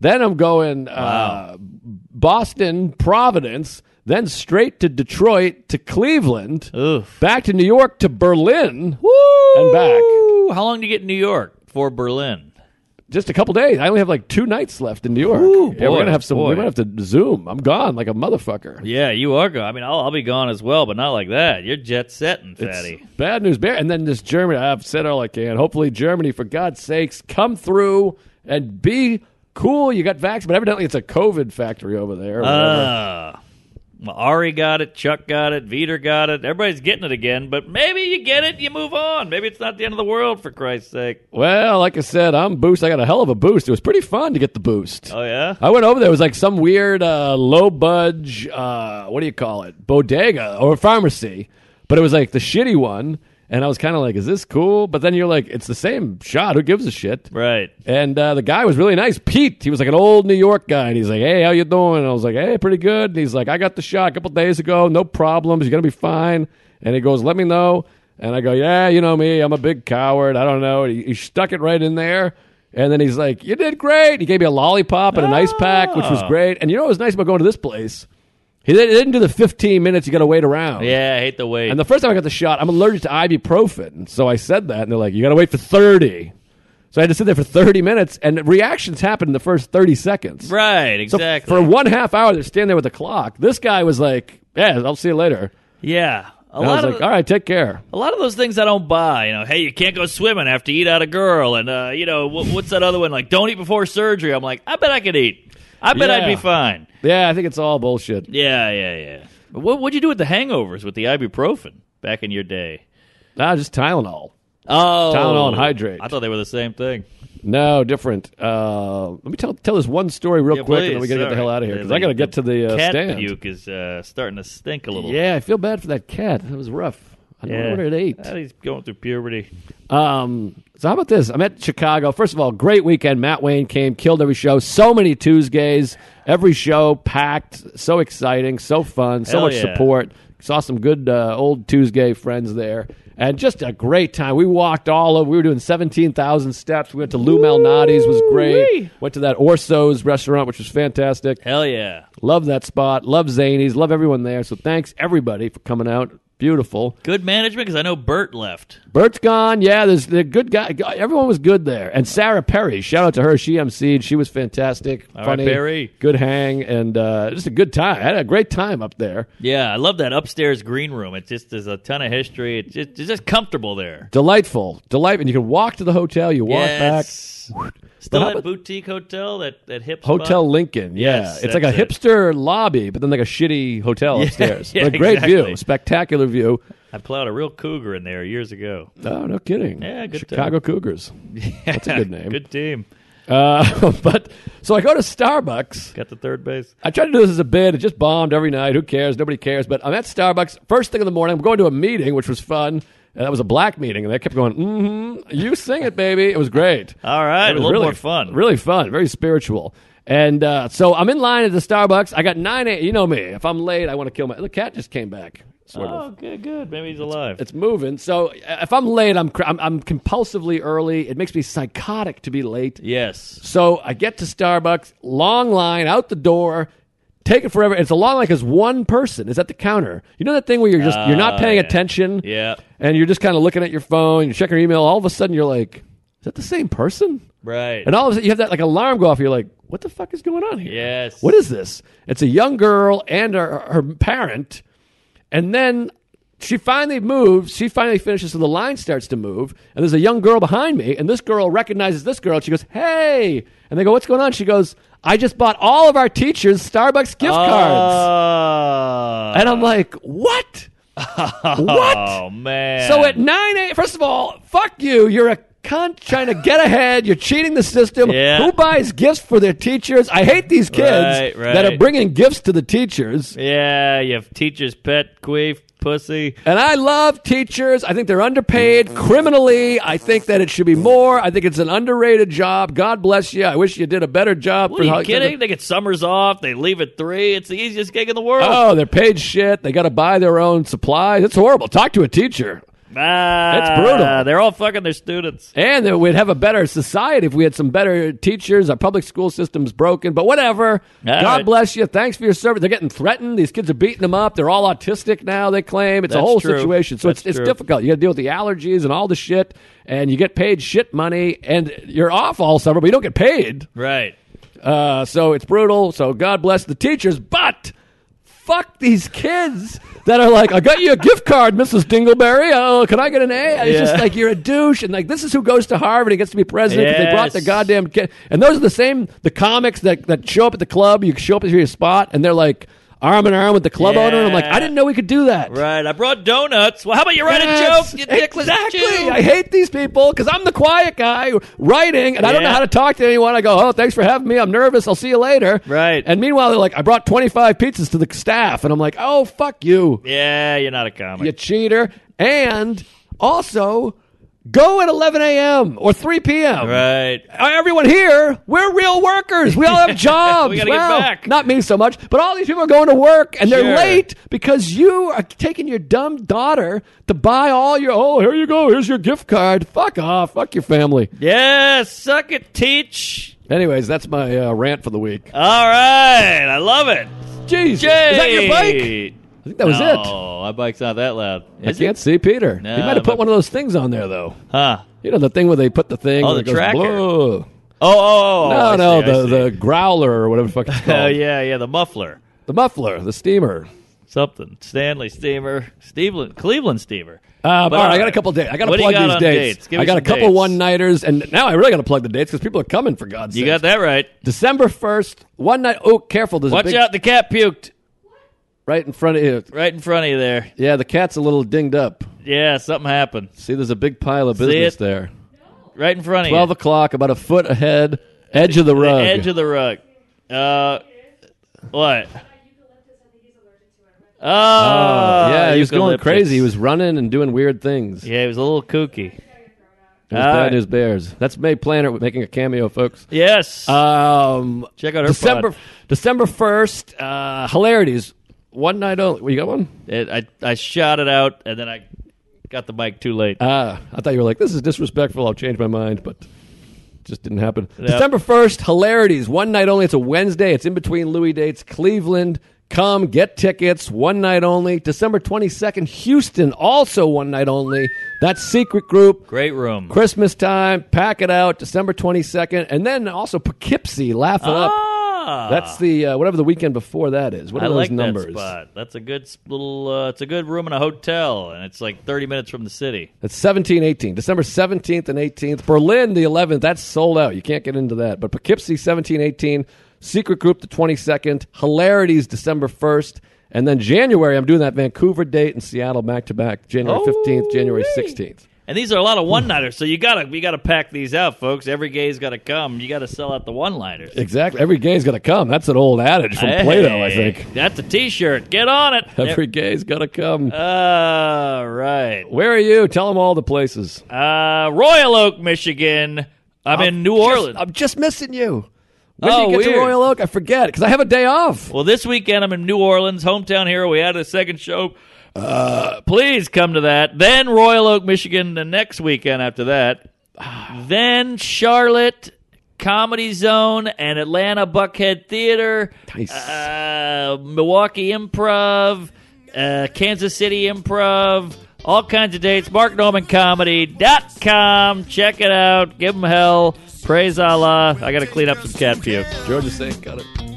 Then I'm going uh, Boston, Providence, then straight to Detroit to Cleveland, Oof. back to New York to Berlin, Woo! and back. How long did you get in New York for Berlin? just a couple days. I only have like two nights left in New York. Ooh, yeah, we're boy, gonna have some. boy. We might have to Zoom. I'm gone like a motherfucker. Yeah, you are gone. I mean, I'll, I'll be gone as well, but not like that. You're jet setting, fatty. It's Bad news, bear. And then this Germany. I've said all I can. Hopefully, Germany, for God's sakes, come through and be cool. You got vax, but evidently it's a COVID factory over there. or whatever. Uh, well, Ari got it, Chuck got it, Veter got it. Everybody's getting it again, but maybe you get it, you move on. Maybe it's not the end of the world, for Christ's sake. well, like I said, I'm boost. I got a hell of a boost. It was pretty fun to get the boost. Oh, yeah? I went over there. It was like some weird uh, low budge, uh, what do you call it? Bodega or pharmacy. But it was like the shitty one. And I was kind of like, is this cool? But then you're like, it's the same shot. Who gives a shit? Right. And uh, the guy was really nice, Pete. He was like an old New York guy, and he's like, "Hey, how you doing?" And I was like, "Hey, pretty good." And he's like, "I got the shot a couple days ago. No problems. You're gonna be fine." And he goes, "Let me know." And I go, "Yeah, you know me. I'm a big coward. I don't know." And he, he stuck it right in there. And then he's like, "You did great." He gave me a lollipop and an ice pack, which was Ah. great. And you know what was nice about going to this place? He didn't- didn't do the 15 minutes you got to wait around. Yeah, I hate the wait. And the first time I got the shot, I'm allergic to ibuprofen. So I said that, and they're like, you got to wait for 30. So I had to sit there for 30 minutes, and reactions happened in the first 30 seconds. right, So exactly. for one half hour, they're standing there with the clock. This guy was like, yeah, I'll see you later. yeah. A And I was lot, like, of, all right, take care. a lot of those things I don't buy. You know, hey, you can't go swimming after you eat out a girl. And, uh, you know, wh- what's that other one? Like, don't eat before surgery. I'm like, I bet I could eat. I bet I'd Yeah. be fine. Yeah, I think it's all bullshit. Yeah, yeah, yeah. But what, what'd you do with the hangovers with the ibuprofen back in your day? Nah, just Tylenol. Oh, Tylenol and hydrate. I thought they were the same thing. No, different. Uh, let me tell tell this one story real Yeah, quick, and then please, we got to get the sorry. hell out of here because I got to get to the uh, cat stand. puke is uh, starting to stink a little. Yeah, I feel bad for that cat. That was rough. I don't know what it ate. Ah, he's going through puberty. Um, so how about this? I'm at Chicago. First of all, great weekend. Matt Wayne came, killed every show. So many Tuesdays, every show packed. So exciting, so fun, so Hell much yeah. support. Saw some good uh, old Tuesday friends there, and just a great time. We walked all over. We were doing seventeen thousand steps. We went to Lou Malnati's, was great. Went to that Orso's restaurant, which was fantastic. Hell yeah! Love that spot. Love Zanies. Love everyone there. So thanks everybody for coming out. Beautiful. Good management because I know Bert left. Bert's gone. Yeah, there's the good guy. Everyone was good there, and Sarah Perry. Shout out to her. She emceed. She was fantastic. All right, funny, Perry. Good hang, and uh, just a good time. I had a great time up there. Yeah, I love that upstairs green room. It just there's a ton of history. It's just, it's just comfortable there. Delightful, delightful. And you can walk to the hotel. You walk back. yes. Still But how that about- boutique hotel that that hip spot? Hotel Lincoln, yeah, Yes, it's like a that's it. hipster lobby, but then like a shitty hotel upstairs. (laughs) yeah, But a great exactly. view, spectacular view. I plowed a real cougar in there years ago. Oh, no kidding. Yeah, good time. Chicago Cougars. (laughs) That's a good name. good team. Uh, (laughs) but so I go to Starbucks, Got the third base. I tried to do this as a bid. It just bombed every night. Who cares? Nobody cares. But I'm at Starbucks. First thing in the morning, I'm going to a meeting, which was fun. And that was a black meeting. And they kept going, mm-hmm, you sing it, baby. It was great. (laughs) All right, It a was little really more fun. Really fun. Very spiritual. And uh, so I'm in line at the Starbucks. I got 9 a. You know me. If I'm late, I want to kill my... The cat just came back. Sort of. Oh, good, good. Maybe he's alive. It's moving. So uh, if I'm late, I'm, cr- I'm, I'm compulsively early. It makes me psychotic to be late. yes. So I get to Starbucks, long line out the door, take it forever. It's a long line because one person is at the counter. You know that thing where you're just you're not Oh, paying yeah. attention, Yeah. and you're just kind of looking at your phone, you're checking your email. All of a sudden, you're like, "Is that the same person?" Right. And all of a sudden, you have that like alarm go off. You're like, "What the fuck is going on here? Yes. what is this?" It's a young girl and her, her parent, and then. She finally moves. She finally finishes, so the line starts to move. And there's a young girl behind me, and this girl recognizes this girl. And she goes, "Hey!" And they go, "What's going on?" She goes, "I just bought all of our teachers Starbucks gift cards." Oh. And I'm like, "What? what?" Oh man. So at 9 a.m., first of all, fuck you. You're a cunt trying to get ahead. You're cheating the system. Yeah. Who buys gifts for their teachers? I hate these kids Right, right. that are bringing gifts to the teachers. yeah, you have teacher's pet queef pussy. And I love teachers. I think they're underpaid criminally. I think that it should be more. I think it's an underrated job. God bless you. I wish you did a better job. What for are how- you kidding? They get summers off. They leave at three. It's the easiest gig in the world. Oh, they're paid shit. They got to buy their own supplies. It's horrible. Talk to a teacher. That's brutal. They're all fucking their students. And that we'd have a better society if we had some better teachers. Our public school system's broken, but whatever. All God right. bless you. Thanks for your service. They're getting threatened. These kids are beating them up. They're all autistic now, they claim. It's a That's whole true. situation. So That's it's, it's true. difficult. You got to deal with the allergies and all the shit, and you get paid shit money, and you're off all summer, but you don't get paid. Right. Uh, so it's brutal. So God bless the teachers, but fuck these kids that are like, I got you a gift card, Mrs. Dingleberry. Oh, can I get an A? It's just Yeah. like you're a douche, and like this is who goes to Harvard and gets to be president. 'cause They brought the Yes. goddamn kid, and those are the same the comics that that show up at the club. You show up at your spot, and they're like arm in arm with the club owner. And I'm like, Yeah. I didn't know we could do that. Right. I brought donuts. Well, how about you write Yes, a joke, you dickless exactly. Jew? I hate these people because I'm the quiet guy writing, and I don't know Yeah. how to talk to anyone. I go, "Oh, thanks for having me. I'm nervous. I'll see you later." Right. And meanwhile, they're like, "I brought 25 pizzas to the staff," and I'm like, "Oh, fuck you, Yeah, you're not a you comic. cheater!" And also, go at 11 a.m. or 3 p.m. right. Everyone here, we're real workers. We all have (laughs) jobs. We gotta get Well, back. Not me so much, but all these people are going to work and they're Sure. late because you are taking your dumb daughter to buy all your. Oh, here you go. Here's your gift card. Fuck off. Fuck your family. Yeah, suck it, teach. Anyways, that's my uh, rant for the week. All right. I love it. Jeez, is that your bike? I think that was it. Oh, my bike's not that loud. I Is can't it? see Peter. No, he might have put but- one of those things on there though. Huh. You know the thing where they put the thing. Oh, and the it goes, tracker. "Bleh." Oh, oh, oh. No, I no, see, I the see. the growler or whatever the fuck it's called. (laughs) Oh, yeah, yeah, the muffler. The muffler, the steamer. Something. Stanley Steamer. Steveland, Cleveland Steamer. Um, But all right, all I got a right. couple dates. I got to What do you plug got these on dates. dates? Give I me got a some couple dates. one nighters, and now I really got to plug the dates because people are coming for God's sake. You got that right. December first, one night. Oh, careful! There's Watch a big out, the cat puked right in front of you. right in front of you there. Yeah, the cat's a little dinged up. Yeah, something happened. See, there's a big pile of See business it? there. Right in front of Twelve you. o'clock, about a foot ahead, edge of the The rug. edge of the rug. Uh, what? Oh, Oh, yeah, he was going eucalyptus. crazy. He was running and doing weird things. Yeah, he was a little kooky. It was All bad right. news bears. That's May Planner making a cameo, folks. Yes. Um, Check out her December pod. December first. Uh, hilarities. One night only. Well, You got one? It, I I shot it out and then I got the mic too late. Ah, I thought you were like, this is disrespectful. I'll change my mind, but it just didn't happen. December 1st, Hilarities. One night only. It's a Wednesday. It's in between Louis dates. Cleveland. Come get tickets. One night only. December 22nd, Houston. Also one night only. That's Secret Group. Great room. Christmas time. Pack it out. December 22nd. And then also Poughkeepsie. Laugh it up. Ah, That's the uh, whatever the weekend before that is. What are I those like numbers? that spot. That's a good s- little. Uh, it's a good room in a hotel, and it's like thirty minutes from the city. That's 17, 18. December 17th and 18th. Berlin, the 11th. That's sold out. You can't get into that. But Poughkeepsie, 17, 18. Secret Group, the 22nd. Hilarities, December 1st. And then January, I'm doing that Vancouver date and Seattle back to back, Oh, January 15th, January 16th. And these are a Hmm. lot of one nighters, so you gotta you gotta pack these out, folks. Every gay's gotta come. You gotta sell out the one liners. Exactly. Every gay's got to come. That's an old adage from Plato, I think. That's a T-shirt. Get on (laughs) it. Every gay's got to come. All right. Where are you? Tell them all the places. Uh, Royal Oak, Michigan. I'm in New Orleans. I'm just missing you. When Oh, do you get to weird. Royal Oak? I forget because I have a day off. well, this weekend I'm in New Orleans, hometown hero. We had a second show. Uh, please come to that. Then Royal Oak, Michigan. The next weekend after that. then Charlotte Comedy Zone and Atlanta Buckhead Theater. Nice. Uh, Milwaukee Improv, uh, Kansas City Improv, all kinds of dates. MarkNormanComedy.com. Check it out. Give them hell. Praise Allah. I got to clean up some cat puke. Georgia St. Got it.